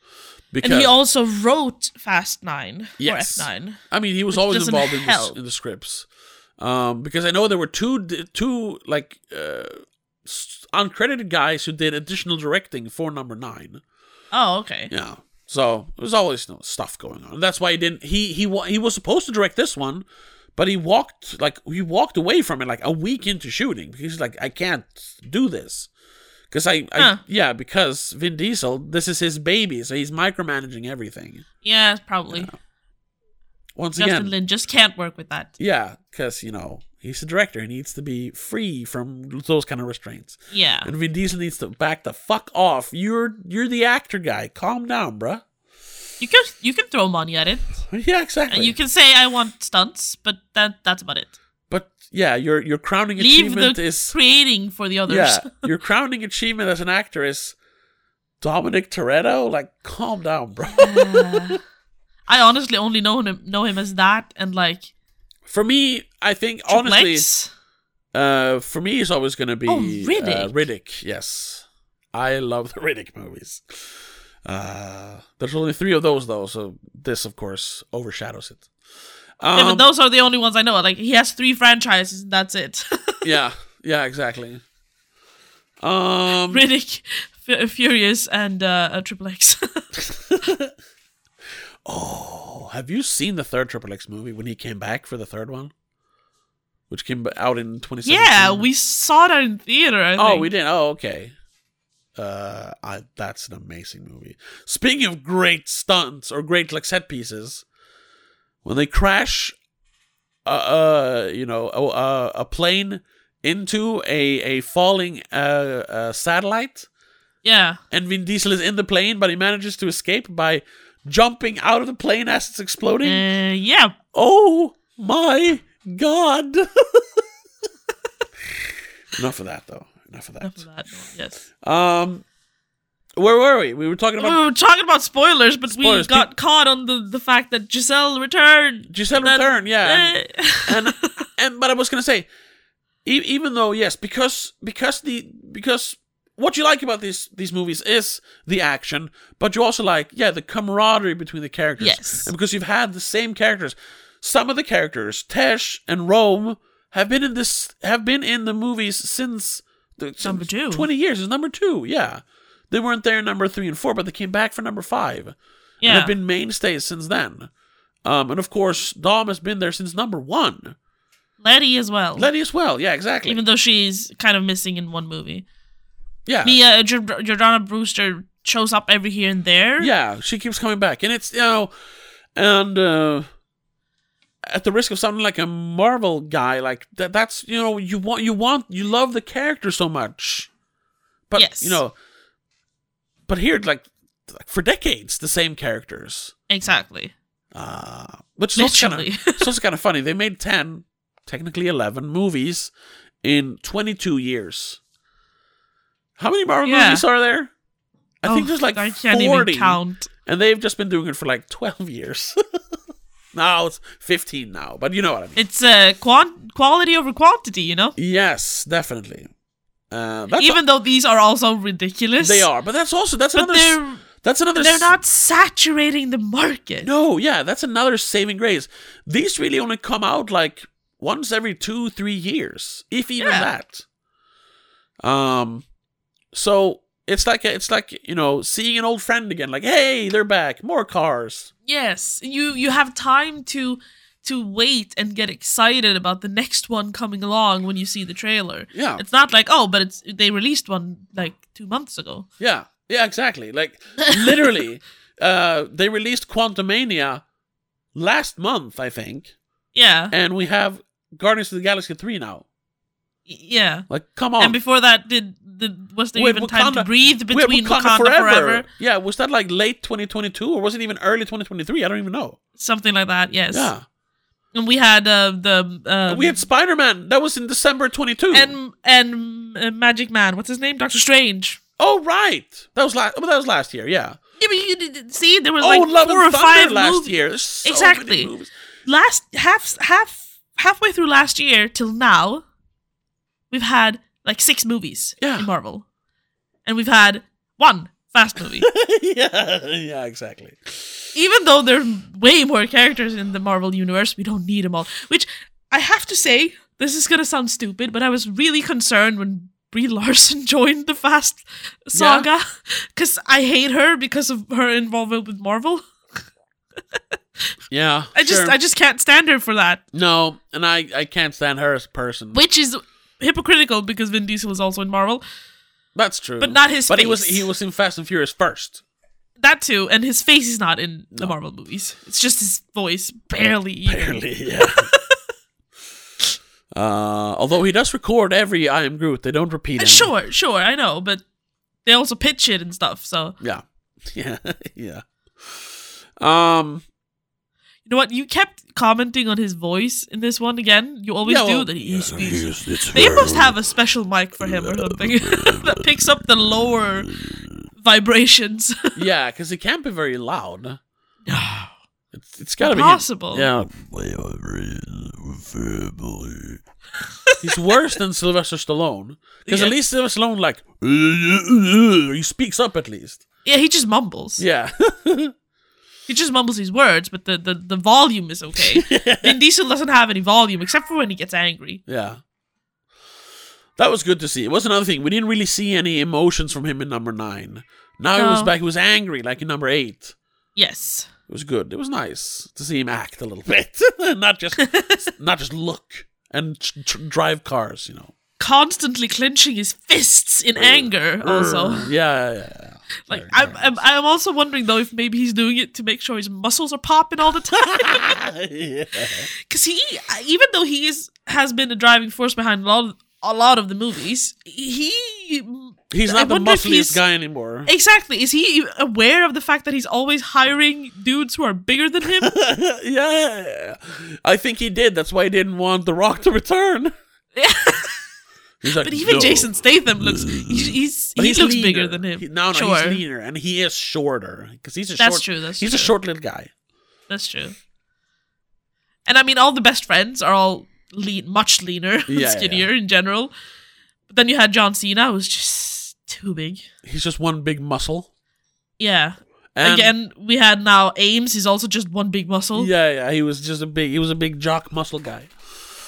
A: because
B: and he also wrote Fast Nine
A: Yes.
B: or F Nine.
A: I mean, he was
B: Which
A: always
B: doesn't
A: involved in the,
B: help.
A: in the scripts, um, because I know there were two di- two like uh, s- uncredited guys who did additional directing for number nine.
B: Oh, okay.
A: Yeah. So there's always you know, stuff going on. That's why he didn't. He he wa- he was supposed to direct this one, but he walked like he walked away from it like a week into shooting because he's like I can't do this because I, I
B: Huh.
A: yeah because Vin Diesel this is his baby so he's micromanaging everything
B: Yeah, probably.
A: once
B: Justin
A: again.
B: Lin just can't work with that.
A: Yeah, because you know he's a director. He needs to be free from those kind of restraints.
B: Yeah.
A: And Vin Diesel needs to back the fuck off. You're you're the actor guy. Calm down, bruh. [laughs]
B: You can you can throw money at it.
A: Yeah, exactly.
B: And you can say I want stunts, but that that's about it.
A: But yeah, your your crowning
B: Leave the
A: achievement is
B: creating for the others. [laughs]
A: yeah, your crowning achievement as an actor is Dominic Toretto. Like, calm down,
B: [laughs]
A: bro.
B: Yeah. I honestly only know him know him as that and like
A: for me, I think
B: Triple
A: honestly,
B: X.
A: uh, for me, it's always gonna be
B: Oh,
A: Uh,
B: Riddick.
A: Riddick, yes, I love the [laughs] Riddick movies. Uh, there's only three of those though, so this, of course, overshadows it. Um,
B: Yeah, but those are the only ones I know. Like he has three franchises and that's it. [laughs]
A: yeah, yeah, exactly. Um,
B: Riddick, F- Furious, and uh, uh, Triple X. [laughs]
A: Oh, have you seen the third Triple X movie when he came back for the third one, which came b- out in 2017?
B: yeah, we saw that in theater. I
A: Oh,
B: think.
A: we did. Oh, okay. Uh, I, that's an amazing movie. Speaking of great stunts or great like set pieces, when they crash, uh, uh you know, a, a, a plane into a a falling uh, uh satellite,
B: Yeah.
A: and Vin Diesel is in the plane, but he manages to escape by jumping out of the plane as it's exploding.
B: Uh, yeah.
A: Oh my god! [laughs] Enough of that, though. Enough of
B: Enough
A: that.
B: of that. Yes.
A: Um, where were we? We were talking
B: We
A: about
B: were talking about spoilers, but
A: Spoilers,
B: we got caught on the, the fact that Giselle returned.
A: Giselle
B: That-
A: Return, yeah,
B: Eh. [laughs]
A: and, and and but I was gonna say, e- even though yes, because because the because what you like about these these movies is the action, but you also like yeah the camaraderie between the characters,
B: Yes.
A: and because you've had the same characters, some of the characters Tesh and Rome have been in this have been in the movies since the,
B: Number
A: since
B: two.
A: twenty years is number two, yeah. They weren't there in number three and four, but they came back for number five and
B: yeah.
A: have been mainstays since then. Um, and of course, Dom has been there since number one.
B: Letty as well.
A: Letty as well. Yeah, exactly.
B: Even though she's kind of missing in one movie.
A: yeah,
B: Mia Jord- Jordana Brewster shows up every here and there.
A: yeah. She keeps coming back, and it's you know, and uh, at the risk of sounding like a Marvel guy, like that. That's you know, you want, you want, you love the character so much, but
B: Yes.
A: you know, but here, like, like for decades, the same characters.
B: Exactly.
A: Uh, which is also kinda-
B: Literally.
A: it's also kind of funny. They made 10, technically 11 movies in 22 years. How many Marvel
B: Yeah.
A: movies are there? I think
B: Oh,
A: there's like
B: I can't
A: 40.
B: even count.
A: And they've just been doing it for like 12 years. [laughs] now it's 15 now, but you know what I mean.
B: It's uh, quant- quality over quantity, you know?
A: yes, definitely. Uh, that's
B: Even though these are also ridiculous.
A: they are, but that's also that's
B: But
A: another s-
B: they're,
A: that's another
B: they're
A: s-
B: not saturating the market.
A: No, yeah, that's another saving grace. These really only come out like once every two, three years, if even
B: Yeah.
A: that. Um, so it's like it's like you know seeing an old friend again. Like, hey, they're back, more cars.
B: Yes, you you have time to to wait and get excited about the next one coming along when you see the trailer.
A: Yeah,
B: It's not like oh, but it's they released one like two months ago.
A: yeah, yeah, exactly. Like
B: [laughs]
A: literally, uh, they released Quantumania last month, I think,
B: Yeah, y-
A: and we have Guardians of the Galaxy three now.
B: yeah.
A: Like, come on.
B: And before that, did the was there
A: Oh. Wait,
B: even time to
A: Wakanda-
B: breathe
A: We have
B: between Wakanda, forever.
A: Yeah, was that like late 2022 or was it even early 2023? I don't even know.
B: something like that? Yes.
A: Yeah.
B: And we had uh, the uh,
A: we had Spider Man. That was in December 22.
B: and and uh, Magic Man. What's his name? Doctor Strange.
A: oh, right. That was last oh, that was last year, yeah.
B: Yeah, but you did- did- see, there was
A: oh,
B: like
A: Love
B: four or
A: and Thunder
B: five
A: last
B: movies.
A: year. There's so
B: Exactly.
A: many movies. [laughs]
B: last half half halfway through last year till now, we've had like six movies
A: Yeah.
B: in Marvel, and we've had one fast movie.
A: yeah, yeah, exactly.
B: Even though there are way more characters in the Marvel universe, we don't need them all. Which I have to say, this is gonna sound stupid, but I was really concerned when Brie Larson [laughs] joined the Fast saga [laughs] because I hate her because of her involvement with Marvel.
A: Yeah.
B: I just
A: sure.
B: I just can't stand her for that.
A: No, and I I can't stand her as a person.
B: which is hypocritical because Vin Diesel was also in Marvel.
A: That's true.
B: but not his
A: But he was
B: face.
A: he was in Fast and Furious first.
B: That too, and his face is not in the
A: No.
B: Marvel movies. It's just his voice, barely. even. [laughs]
A: Apparently, yeah. [laughs] uh, although he does record every I Am Groot, they don't repeat it.
B: And Sure, sure, I know, but they also pitch it and stuff. So
A: Yeah. [laughs] Yeah. yeah. Um,
B: you know what? You kept commenting on his voice in this one again. You always
A: Yeah,
B: do
A: well-
B: that. He speaks. They must have a special mic for him or something [laughs] that picks up the lower vibrations.
A: yeah, because it can't be very loud.
B: No.
A: It's, it's [sighs] gotta
B: Impossible.
A: be. Yeah. He's worse than Sylvester Stallone. Because
B: Yeah.
A: at least Sylvester Stallone, like, he speaks up at least.
B: Yeah, he just mumbles.
A: Yeah.
B: He just mumbles his words, but the, the, the volume is
A: [laughs]
B: okay. Vin Diesel doesn't have any volume except for when he gets angry.
A: yeah. That was good to see. It was another thing. We didn't really see any emotions from him in number nine. Now he was
B: No.
A: back. He was angry, like in number eight.
B: Yes.
A: It was good. It was nice to see him act [laughs]
B: [laughs]
A: a little bit, not just not just look and tr- tr- drive cars. You know.
B: constantly clenching his fists
A: Oh,
B: in anger. Also,
A: Yeah, yeah, yeah, yeah.
B: like
A: Very
B: I'm, I'm, I'm also wondering though if maybe he's doing it to make sure his muscles are popping all the time.
A: [laughs]
B: [laughs]
A: yeah.
B: Because he, even though he is has been the driving force behind a lot of, a lot of the movies, he
A: He's
B: I
A: not the
B: wonder if he's-
A: muscliest guy anymore.
B: exactly is he aware of the fact that he's always hiring dudes who are bigger than
A: [laughs]
B: him?
A: [laughs] yeah, I think he did. That's why he didn't want The Rock to return.
B: Yeah.
A: He's like,
B: But even
A: "No."
B: Jason Statham looks he's, he's
A: But
B: he
A: he's
B: looks
A: leaner.
B: bigger than him.
A: He- no, no,
B: sure.
A: he's leaner, and he is shorter because he's a
B: That's
A: short.
B: true, that's
A: he's a
B: true.
A: short little guy.
B: That's true. And I mean, all the best friends are all lean, much leaner, [laughs] and
A: Yeah, yeah,
B: skinnier in general. But then you had John Cena, who was just too big.
A: He's just one big muscle.
B: Yeah.
A: And
B: Again, we had now Ames. He's also just one big muscle.
A: yeah, yeah, he was just a big. He was a big jock muscle guy.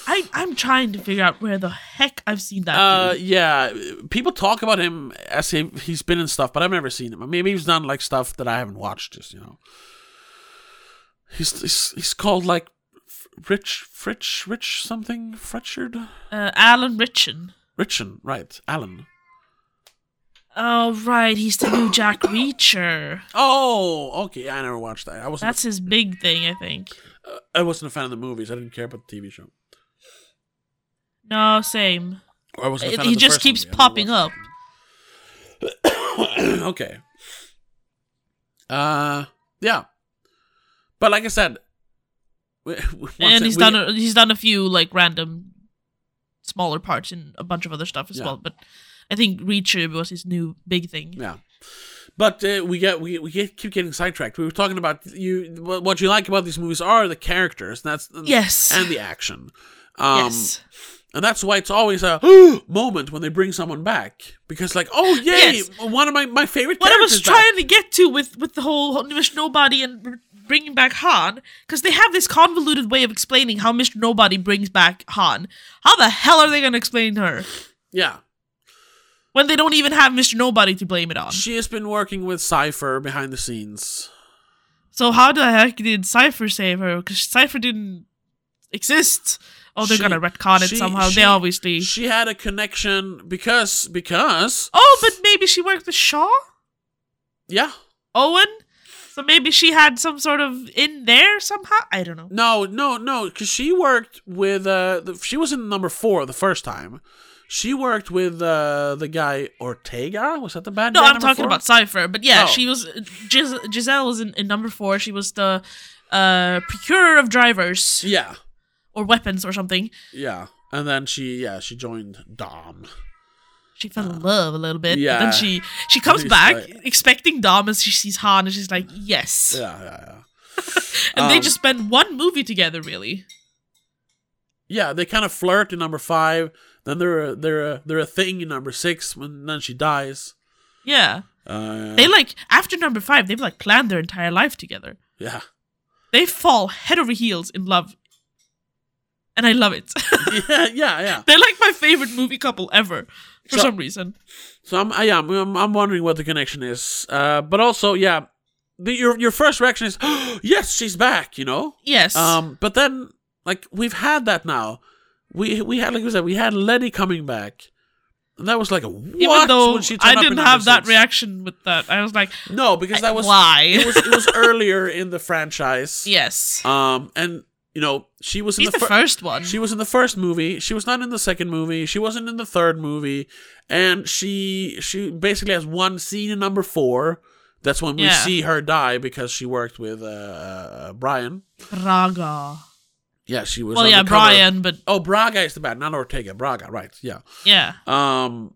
B: I, I'm trying to figure out where the heck I've seen that.
A: Uh,
B: dude.
A: yeah, people talk about him as if he's been in stuff, but I've never seen him. Maybe he's done like stuff that I haven't watched. Just you know, he's he's, he's called like F- Rich, Fritch, Rich something, Fritchard,
B: Uh, Alan Richin.
A: Richin, right? Alan.
B: Oh right, he's the
A: [coughs]
B: new Jack Reacher.
A: Oh, okay. I never watched that. I wasn't.
B: That's his big thing, I think.
A: I wasn't a fan of the movies. I didn't care about the TV show.
B: No, same.
A: Or I wasn't. A
B: It,
A: fan
B: he
A: of the
B: just
A: first
B: keeps
A: movie. I
B: popping
A: never
B: up.
A: watched it. [coughs] okay. Uh, yeah. But like I said, we, [laughs] we- once
B: and
A: it-
B: he's
A: we-
B: done a, he's done a few like random smaller parts in a bunch of other stuff as
A: Yeah.
B: well but i think reacher was his new big thing
A: Yeah. But uh, we get we, we get, keep getting sidetracked. We were talking about you. wha- What you like about these movies are the characters. And that's
B: Yes.
A: and the action. Um,
B: yes
A: And that's why it's always
B: [gasps]
A: a moment when they bring someone back because like oh yay
B: Yes.
A: one of my, my favorite
B: what i
A: characters
B: was
A: back.
B: trying to get to with with the whole mr nobody and br- bringing back han because they have this convoluted way of explaining how mr nobody brings back han how the hell are they going to explain her
A: yeah
B: when they don't even have mr nobody to blame it on
A: she has been working with Cypher behind the scenes.
B: so how the heck did cypher save her because cypher didn't exist oh they're
A: She-
B: going to retcon it
A: she-
B: somehow
A: she-
B: they obviously
A: She had a connection because because
B: Oh, but maybe she worked with Shaw?
A: yeah
B: Owen? So maybe she had some sort of in there somehow? I don't know.
A: no no no because she worked with uh the, she was in number four the first time. She worked with uh the guy Ortega was that the bad
B: No,
A: guy
B: I'm
A: number
B: talking
A: four?
B: about Cypher. But yeah,
A: Oh.
B: she was. Gis- Giselle was in, in number four. She was the uh, procurer of drivers
A: yeah
B: or weapons or something.
A: yeah and then she yeah she joined Dom
B: She fell in love a little bit. But
A: yeah.
B: then she, she comes
A: She's
B: back
A: like-
B: expecting Dom as she sees Han and she's like, yes.
A: yeah yeah yeah
B: And they
A: um,
B: just spend one movie together, really.
A: yeah, they kind of flirt in number five. Then they're a, they're a, they're a thing in number six. When then she dies.
B: Yeah.
A: Uh,
B: They like, after number five, they've like planned their entire life together.
A: yeah,
B: they fall head over heels in love. And I love it. [laughs]
A: [laughs] yeah, yeah, yeah.
B: They're like my favorite movie couple ever for
A: So-
B: some reason.
A: So I'm I, yeah, I'm, I'm I'm wondering what the connection is. Uh, but also yeah, the, your your first reaction is [gasps] yes, she's back. You know.
B: Yes.
A: Um, but then like we've had that now. We we had like we said we had Letty coming back, and that was like a what?
B: Even though
A: when she turned
B: I
A: up in
B: didn't
A: number
B: have that
A: six.
B: reaction with that. I was like,
A: No, because that was
B: why?
A: it was it was earlier in the franchise.
B: [laughs] yes.
A: Um, and you know she was in
B: He's the,
A: the, fir-
B: first one.
A: She was in the first movie. She was not in the second movie. She wasn't in the third movie, and she she basically has one scene in number four. That's when we
B: Yeah.
A: see her die because she worked with uh, uh, Brian.
B: Braga.
A: Yeah, she was.
B: Well,
A: on
B: yeah,
A: the cover.
B: Brian, but
A: Oh, Braga is the bad, not Ortega. Braga, right? Yeah.
B: yeah.
A: Um.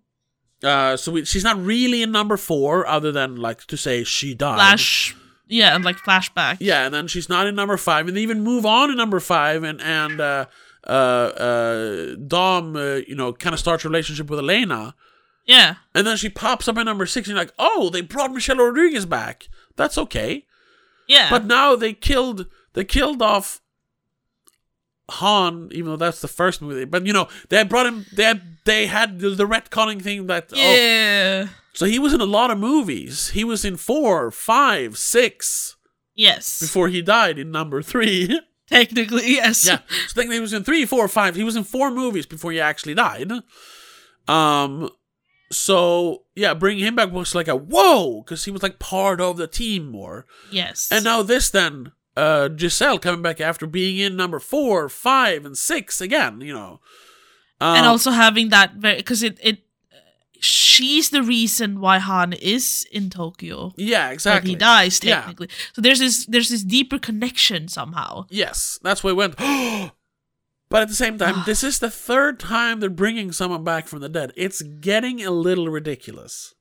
A: Uh. So we, she's not really in number four, other than like to say she died.
B: Flash. Yeah, and like flashback.
A: Yeah, and then she's not in number five, and they even move on to number five, and and uh, uh, uh, Dom, uh, you know, kind of starts a relationship with Elena,
B: Yeah.
A: and then she pops up at number six, and you're like, oh, they brought Michelle Rodriguez back. That's okay,
B: Yeah.
A: but oh. now they killed they killed off Han, even though that's the first movie. But you know, they had brought him. They had they had the, the retconning thing that oh,
B: yeah.
A: so he was in a lot of movies. He was in four, five, six
B: Yes.
A: before he died in number three. [laughs]
B: Technically, [laughs] yes.
A: Yeah. So technically, he was in three, four, five. He was in four movies before he actually died. Um, so yeah, bringing him back was like a whoa, because he was like part of the team more.
B: Yes.
A: And now this then, uh, Giselle coming back after being in number four, five, and six again. You know, um,
B: and also having that very because it it she's the reason why Han is in Tokyo.
A: yeah,
B: But
A: exactly.
B: he dies
A: Yeah.
B: technically. So there's this there's this deeper connection somehow.
A: Yes, that's where it went. [gasps] but at the same time, this is the third time they're bringing someone back from the dead. It's getting a little ridiculous.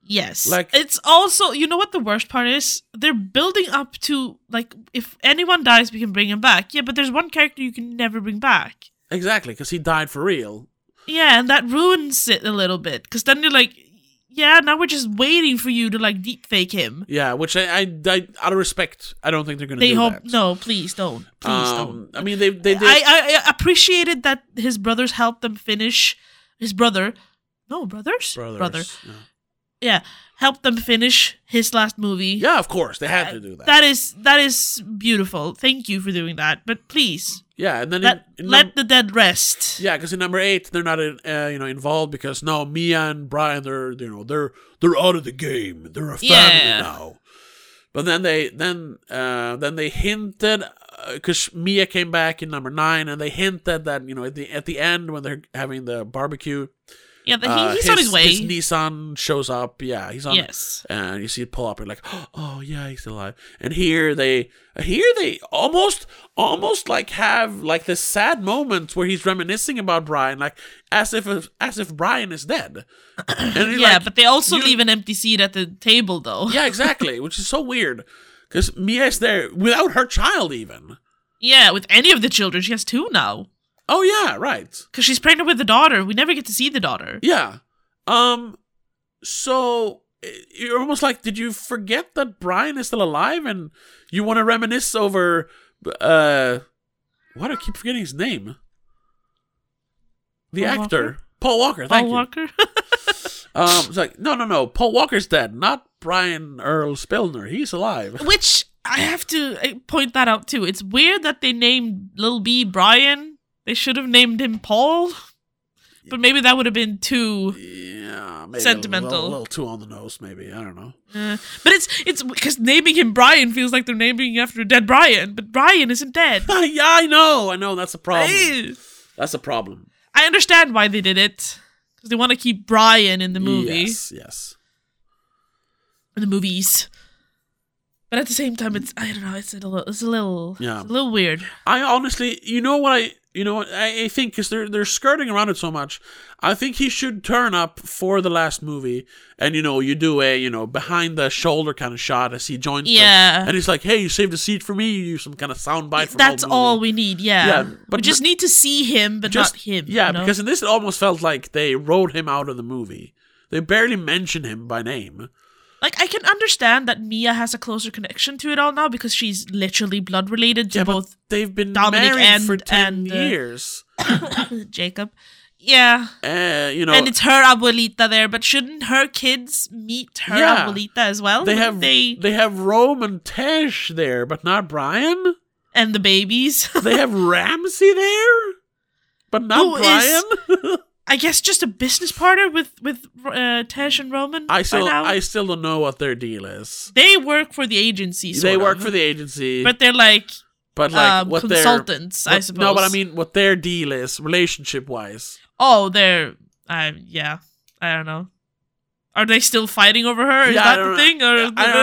B: Yes.
A: Like-
B: it's also you know what the worst part is? They're building up to like if anyone dies we can bring him back. Yeah, but there's one character you can never bring back.
A: Exactly, because he died for real.
B: Yeah, and that ruins it a little bit cuz then you're like yeah, now we're just waiting for you to like deepfake him.
A: Yeah, which I, I, I out of respect, I don't think they're gonna
B: They
A: do
B: hope
A: that.
B: no, please don't. Please don't.
A: Um, I mean, they they did.
B: I, I I appreciated that his brothers helped them finish his brother. No, brothers?
A: Brothers,
B: Brother.
A: yeah.
B: Yeah. Helped them finish his last movie.
A: Yeah, of course they had to do that.
B: That is that is beautiful. Thank you for doing that. But please
A: yeah, and then in-
B: let
A: in,
B: let
A: num-
B: the dead rest.
A: yeah, because in number eight they're not in, uh, you know involved because now Mia and Brian they're you know they're they're out of the game. They're a family
B: Yeah.
A: now. But then they then uh, then they hinted because Mia came back in number nine and they hinted that you know at the at the end when they're having the barbecue,
B: Yeah, but he,
A: uh,
B: he's on his way.
A: His Nissan shows up. Yeah, he's on
B: yes.
A: and you see it pull up and like [gasps] oh yeah he's still alive and here they here they almost almost like have like this sad moments where he's reminiscing about brian like as if as if brian is
B: [coughs]
A: dead and you're
B: Yeah,
A: like,
B: but they also
A: you-
B: leave an empty seat at the table though.
A: [laughs]
B: Yeah.
A: yeah exactly which is so weird because mia is there without her child even
B: with any of the children. She has two now.
A: oh yeah right
B: Because she's pregnant with the daughter. We never get to see the daughter.
A: yeah um so i- you're almost like did you forget that brian is still alive and you want to reminisce over uh why do i keep forgetting his name the
B: Paul
A: actor
B: Walker?
A: paul walker thank
B: Paul
A: you
B: Walker.
A: um it's like no no no paul walker's dead not brian earl spillner he's
B: [laughs]
A: alive
B: Which I have to uh, point that out too. It's weird that they named Little B Brian. They should have named him Paul. But maybe that would have been too.
A: yeah maybe a
B: Sentimental.
A: little, a little too on the nose maybe i don't know [laughs]
B: Uh, but it's it's because naming him Brian feels like they're naming after a dead Brian, but Brian isn't dead.
A: yeah i know i know that's a [laughs] problem
B: Eh.
A: that's a problem
B: I understand why they did it because they want to keep Brian in the movie,
A: yes yes
B: in the movies. But at the same time, it's I don't know. It's a little. It's a little.
A: Yeah.
B: It's a little weird.
A: I honestly, you know what I, you know what I, I think because they're they're skirting around it so much. I think he should turn up for the last movie, and you know you do a you know behind the shoulder kind of shot as he joins. them.
B: Yeah.
A: and he's like, "Hey, you saved a seat for me." You use some kind of soundbite. from
B: That's
A: old movie.
B: all we need. Yeah.
A: Yeah, but
B: we just need to see him, but
A: Just-
B: not him.
A: Yeah,
B: you know?
A: because in this it almost felt like they wrote him out of the movie. They barely mention him by name.
B: Like I can understand that Mia has a closer connection to it all now because she's literally blood related to
A: Yeah, but
B: both
A: they've been
B: Dominic
A: married
B: and-
A: for ten
B: and, uh,
A: years.
B: Jacob. Yeah.
A: Uh, you know,
B: and it's her abuelita there, but shouldn't her kids meet her
A: Yeah.
B: abuelita as well?
A: they
B: Wouldn't
A: have
B: they
A: they have Rome and Tesh there, but not Brian.
B: and the babies. [laughs]
A: they have Ramsey there, but not
B: Who
A: Brian.
B: is- I guess just a business partner with with uh, Tej and Roman.
A: I
B: by
A: still,
B: now.
A: I still don't know what their deal is.
B: they work for the agency.
A: they
B: sort
A: work
B: of.
A: for the agency, but,
B: but they're like,
A: like
B: um,
A: what their
B: consultants, I
A: what-
B: suppose.
A: No, but I mean what their deal is relationship wise.
B: Oh, they're uh, yeah. I don't know. Are they still fighting over her? Is
A: Yeah, I
B: that
A: don't know.
B: the thing? Or
A: Yeah, I don't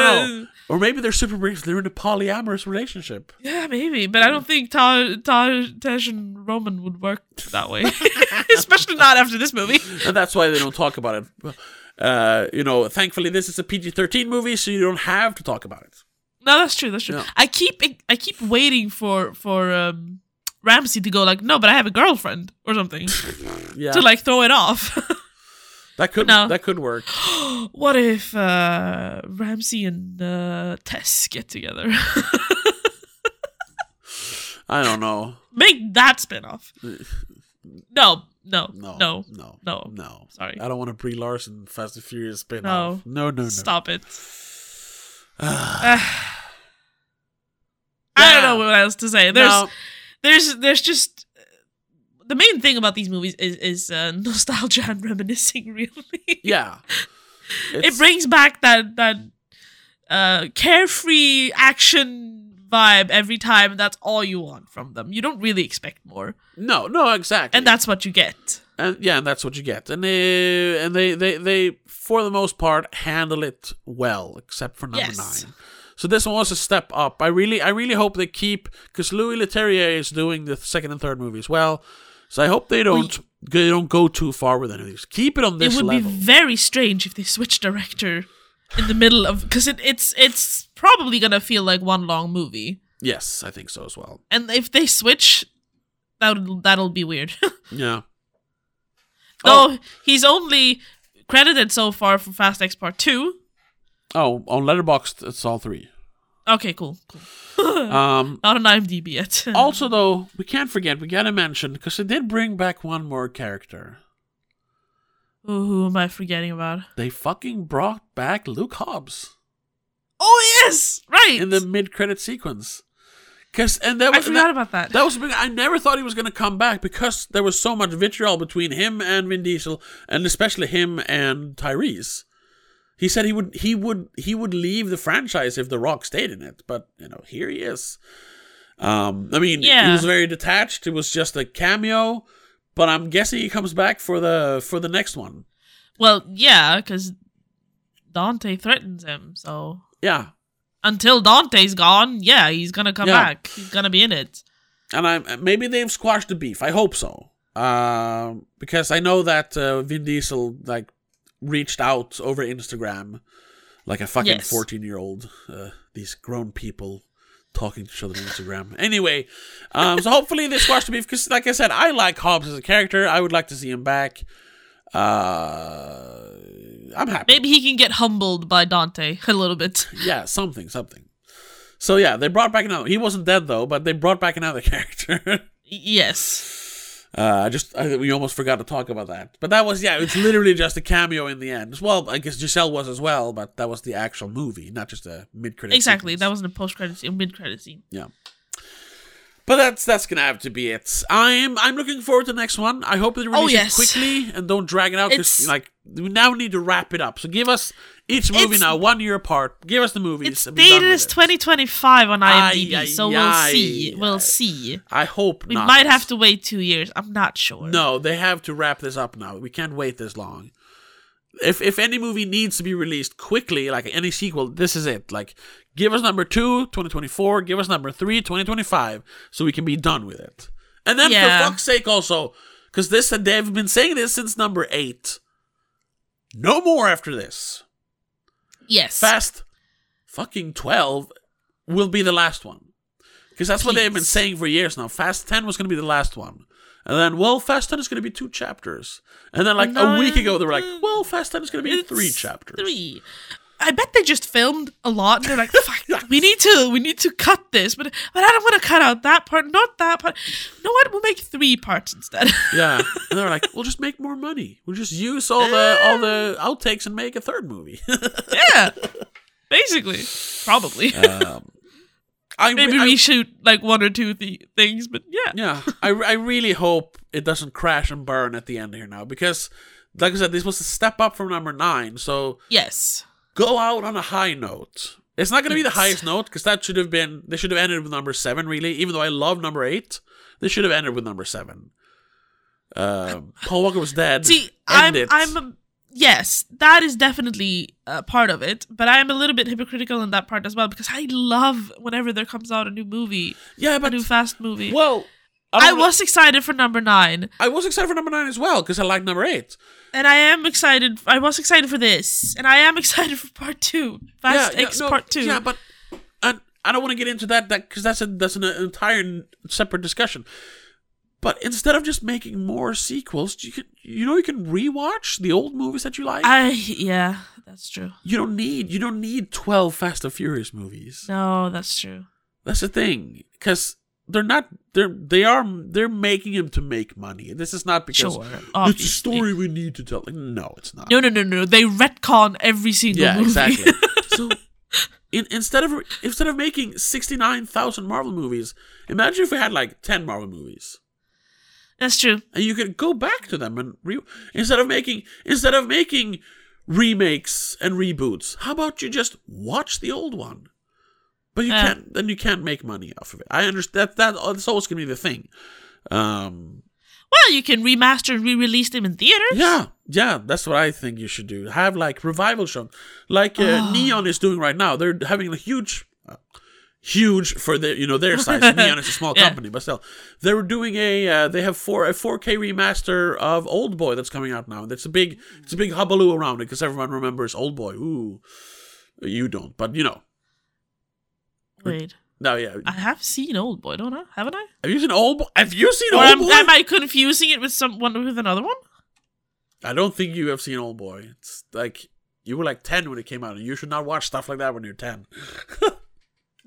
A: know. Or maybe they're super brief. They're in a polyamorous relationship.
B: Yeah, maybe, but I don't think Ta- Ta- Tej and Roman would work that way, [laughs] especially not after this movie. [laughs]
A: and that's why they don't talk about it. Uh, you know, thankfully this is a PG-13 movie, so you don't have to talk about it.
B: No, that's true. That's true.
A: Yeah.
B: I keep I keep waiting for for um, Ramsey to go like, no, but I have a girlfriend or something
A: [laughs] Yeah,
B: to like throw it off. [laughs]
A: that could
B: no.
A: that could work.
B: what if uh, Ramsey and uh, Tess get together? [laughs]
A: I don't know.
B: Make that spin off. No, no,
A: No,
B: no, no,
A: no,
B: no.
A: no.
B: Sorry.
A: I don't want a Brie Larson Fast and Furious spin
B: No.
A: off. No, no, no.
B: Stop it. I don't know what else to say. There's
A: No.
B: there's there's just the main thing about these movies is is uh, [laughs] nostalgia and reminiscing. Really, [laughs]
A: Yeah.
B: it brings back that that uh, carefree action vibe every time. That's all you want from them. You don't really expect more,
A: no, no, exactly.
B: and that's what you get.
A: and yeah, and that's what you get. And they and they they, they for the most part handle it well, except for number
B: Yes.
A: nine. So this one was a step up. I really I really hope they keep because Louis Leterrier is doing the second and third movie as well. So I hope they don't they don't go too far with any of these. Keep it on this
B: it would
A: level.
B: be very strange if they switch director in the middle of because it, it's it's probably gonna feel like one long movie.
A: yes, I think so as well.
B: and if they switch, that'll that'll be weird. [laughs]
A: Oh. Yeah. Oh,
B: Though he's only credited so far for Fast X Part Two.
A: Oh, on Letterboxd it's all three.
B: Okay, cool, cool. Uh,
A: Um
B: Not on IMDb yet. [laughs]
A: Also, though, we can't forget, we gotta mention, because they did bring back one more character.
B: Ooh, who am I forgetting about?
A: They fucking brought back Luke Hobbs
B: Oh yes, right.
A: in the mid credit sequence. Cause and that
B: I
A: was
B: forgot
A: that,
B: about that.
A: that was a big, I never thought he was gonna come back because there was so much vitriol between him and Vin Diesel, and especially him and Tyrese. He said he would he would he would leave the franchise if The Rock stayed in it, but you know here he is. Um, I mean, he
B: Yeah.
A: was very detached. It was just a cameo, but I'm guessing he comes back for the for the next one.
B: well, yeah, because Dante threatens him. So
A: Yeah,
B: until Dante's gone, yeah, he's gonna come
A: Yeah.
B: back. He's gonna be in it.
A: and I maybe they've squashed the beef. I hope so, um, because I know that uh, Vin Diesel like reached out over Instagram, like a fucking
B: Yes.
A: fourteen year old. Uh, these grown people talking to each other on Instagram. anyway, um, so hopefully they squashed the beef because, like I said, I like Hobbs as a character. I would like to see him back. Uh, I'm happy.
B: Maybe he can get humbled by Dante a little bit.
A: Yeah, something, something. So yeah, they brought back another. He wasn't dead though, but they brought back another [laughs] character.
B: Yes.
A: Uh, I just I, we almost forgot to talk about that, but that was yeah, it's literally just a cameo in the end. Well, I guess Giselle was as well, but that was the actual movie, not just a mid credit.
B: Exactly. That wasn't a post credit scene, mid credit scene.
A: yeah. But that's that's gonna have to be it. I'm I'm looking forward to the next one. I hope they release
B: Oh, yes.
A: it quickly and don't drag it out because
B: It's-
A: like we now need to wrap it up. So give us each movie
B: It's-
A: now one year apart. Give us the movies.
B: It's
A: and be done
B: dated
A: with
B: as
A: it.
B: 2025 on IMDb,
A: Ay,
B: so
A: ay,
B: we'll
A: ay,
B: see.
A: ay.
B: We'll see.
A: I hope
B: We
A: not.
B: might have to wait two years. I'm not sure.
A: No, they have to wrap this up now. We can't wait this long. If if any movie needs to be released quickly, like any sequel, this is it. Like give us number 2 2024, give us number 3 2025 so we can be done with it. And then
B: Yeah.
A: for fuck's sake also cuz this they've been saying this since number 8. No more after this.
B: Yes.
A: Fast fucking 12 will be the last one. Because that's what they've been
B: Please.
A: saying for years now. Fast 10 was going to be the last one. And then, well, Fast 10 is going to be two chapters. And then, like, a
B: No,
A: week ago, they were like,
B: uh,
A: well, Fast 10 is going to be
B: It's
A: three chapters.
B: Three. I bet they just filmed a lot and they're
A: [laughs]
B: like, fuck, we need to we need to cut this, but but I don't want to cut out that part, not that part. You know what? We'll make three parts instead. [laughs]
A: Yeah. And they're like, we'll just make more money. We'll just use all the all the outtakes and make a third movie. [laughs]
B: yeah. Basically. Probably.
A: I,
B: [laughs] Maybe
A: I-
B: reshoot like one or two th- things, but yeah.
A: Yeah, I, I really hope it doesn't crash and burn at the end here now because, like I said, this was a step up from number nine. So
B: Yes.
A: go out on a high note. It's not going to be the
B: Yes.
A: highest note because that should have been they should have ended with number seven. Really, even though I love number eight, they should have ended with number seven. Um, Paul Walker was dead.
B: See,
A: End
B: I'm,
A: it.
B: I'm, a- yes, that is definitely a part of it, but I'm a little bit hypocritical in that part as well because I love whenever there comes out a new movie,
A: yeah,
B: a
A: but
B: new fast movie.
A: well,
B: I,
A: don't know-
B: was excited for number nine,
A: I was excited for number nine as well because I like number eight.
B: and I am excited. I was excited for this, and I am [laughs] excited for part two, Fast X
A: no,
B: Part Two.
A: Yeah, but and I don't want to get into that that because that's a, that's an entire n- separate discussion. But instead of just making more sequels, you can you know you can rewatch the old movies that you like.
B: I yeah, that's true.
A: you don't need you don't need twelve Fast and Furious movies.
B: No, that's true.
A: That's the thing because they're not they're they are they're making them to make money. This is not because
B: Sure,
A: it's a
B: obviously.
A: story we need to tell. Like, no, it's not.
B: No, no, no, no. They retcon every single
A: Yeah,
B: movie. [laughs]
A: exactly. so in, instead of instead of making sixty nine thousand Marvel movies, imagine if we had like ten Marvel movies.
B: That's true.
A: and you could go back to them and re- instead of making instead of making remakes and reboots how about you just watch the old one but you
B: Yeah.
A: can't then you can't make money off of it i understand that, that that's always going to be the thing um
B: Well, you can remaster and re-release them in theaters.
A: yeah yeah that's what i think you should do have like revival show like uh,
B: Oh.
A: neon is doing right now they're having a huge uh, huge for their you know their
B: [laughs]
A: size neon is a small
B: Yeah.
A: company but still they were doing a uh, they have four a 4k remaster of old boy that's coming out now that's a big it's a big hullabaloo around it because everyone remembers old boy ooh you don't but you know
B: Wait,
A: no yeah
B: I have seen Old Boy, don't I? Haven't I?
A: have you seen old boy have you seen
B: Or
A: old
B: am,
A: boy
B: am I confusing it with someone with another one?
A: I don't think you have seen Old Boy. It's like you were like ten when it came out, and you should not watch stuff like that when you're ten.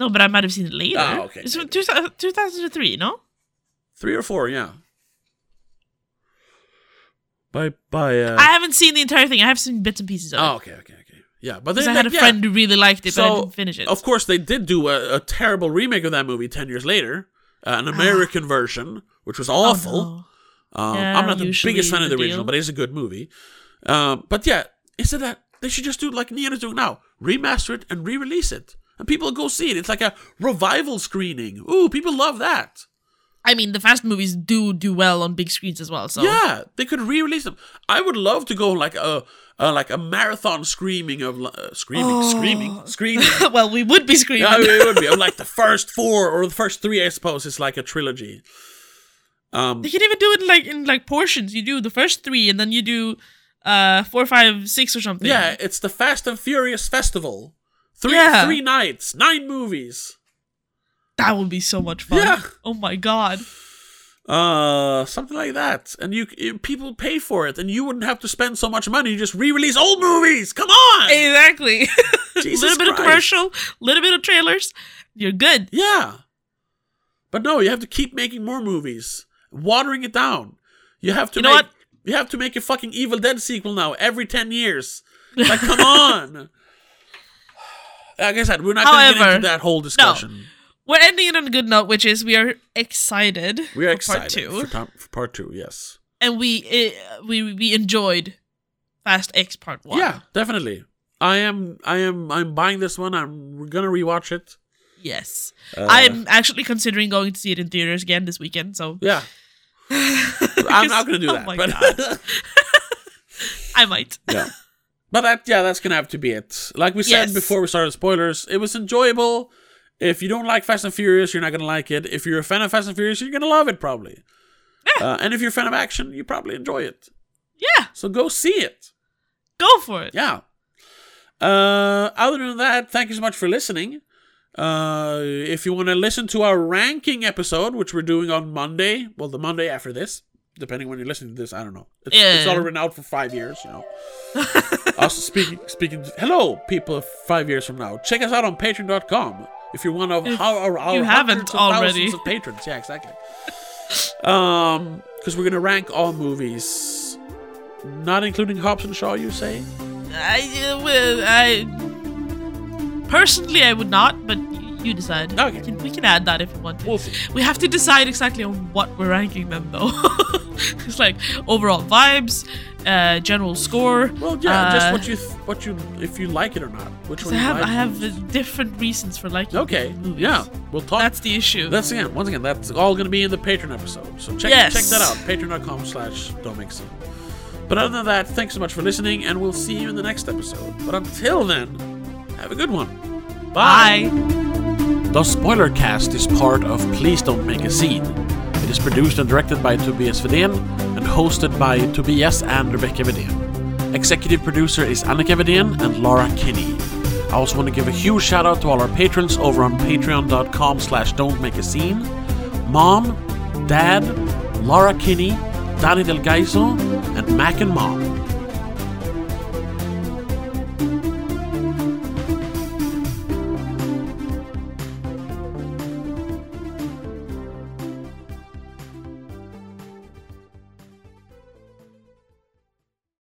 B: No, but I might have seen it later.
A: Ah, okay.
B: It's from 2000 2003, no?
A: Three or four, yeah. By by. Uh...
B: I haven't seen the entire thing. I have seen bits and pieces of
A: Oh,
B: it.
A: okay, okay, okay. Yeah, but they,
B: Because I had a
A: yeah.
B: friend who really liked it, but I
A: So,
B: didn't finish it.
A: Of course, they did do a, a terrible remake of that movie ten years later, uh, an American version, which was
B: Ah. Oh,
A: awful.
B: no.
A: Um,
B: Yeah,
A: I'm not the
B: usually
A: biggest fan of
B: the
A: the original,
B: deal.
A: but it's a good movie. Um, but yeah, instead of that they should just do like Neon is doing now, remaster it and re-release it, and people go see it. It's like a revival screening. Ooh, people love that.
B: I mean, the Fast movies do do well on big screens as well, so.
A: Yeah, they could re-release them. I would love to go on, like a, a like a marathon screaming of uh, screaming, screaming, screaming.
B: [laughs] well, we would be screaming.
A: yeah, I mean, it would be of, like the first four or the first three. I suppose is like a trilogy. Um,
B: They can even do it like in like portions. You do the first three, and then you do uh four, five, six, or something.
A: Yeah, it's the Fast and Furious Festival. Three
B: Yeah.
A: three nights, nine movies.
B: that would be so much fun.
A: Yeah.
B: Oh my god.
A: Uh, something like that. And you, you people pay for it, and you wouldn't have to spend so much money. You just re-release old movies. Come on, [laughs]
B: Exactly. A
A: Jesus
B: little bit of
A: Christ.
B: commercial, little bit of trailers. You're good.
A: Yeah, but no, you have to keep making more movies, watering it down. You have to
B: You know
A: make,
B: what?
A: You have to make a fucking Evil Dead sequel now every ten years. Like, come
B: [laughs]
A: on. Like I said, we're not going to get
B: However,
A: into that whole discussion.
B: We're ending it on a good note, which is we are excited.
A: We are
B: for part
A: excited
B: two,
A: for, tom- for part two. Yes.
B: and we uh, we we enjoyed Fast X Part One.
A: Yeah, definitely. I am. I am. I'm buying this one. I'm gonna rewatch it.
B: Yes.
A: Uh,
B: I'm actually considering going to see it in theaters again this weekend. So [laughs]
A: Yeah, I'm not gonna do
B: Oh
A: that. [laughs]
B: my
A: but
B: I might. [laughs]
A: yeah, [laughs] but that yeah, that's gonna have to be it. Like we said
B: Yes.
A: before we started spoilers, it was enjoyable. If you don't like Fast and Furious, you're not gonna like it. If you're a fan of Fast and Furious, you're gonna love it probably. Uh, and if you're a fan of action, you probably enjoy it.
B: Yeah.
A: So go see it.
B: Go for it.
A: yeah uh other than that thank you so much for listening uh if you want to listen to our ranking episode which we're doing on monday well the monday after this depending when you're listening to this i don't know it's, it's
B: Yeah.
A: already been out for five years you know
B: [laughs]
A: also speaking speaking hello people of five years from now check us out on patreon.com if you're one of
B: If
A: how our, our
B: you haven't
A: hundreds of
B: already.
A: thousands of patrons yeah exactly um because we're gonna rank all movies not including Hobbs and Shaw, you say?
B: I, uh, well, I personally I would not, but you decide.
A: Okay.
B: We can, we can add that if you want to.
A: We'll see.
B: We have to decide exactly on what we're ranking them though. [laughs] it's like overall vibes, uh, general score.
A: Well, yeah, just
B: uh,
A: what you, th- what you, if you like it or not, which
B: 'cause
A: one
B: I
A: you
B: have
A: like.
B: I have uh, different reasons for liking.
A: okay,
B: different movies.
A: yeah, we'll talk. That's,
B: That's the issue.
A: again, once again, that's all going to be in the Patreon episode. So check
B: Yes.
A: check that out, Patreon.com/slash Domixin. But other than that, thanks so much for listening, and we'll see you in the next episode. But until then, have a good one.
B: Bye.
A: The Spoilercast is part of Please Don't Make a Scene. It is produced and directed by Tobias Vedén and hosted by Tobias and Rebecca Vedén. Executive producer is Annika Vedén and Laura Kinney. I also want to give a huge shout out to all our patrons over on patreon.com slash don't make a scene. Mom, Dad, Laura Kinney, Danny Del Gaiso, and Mac and Mom.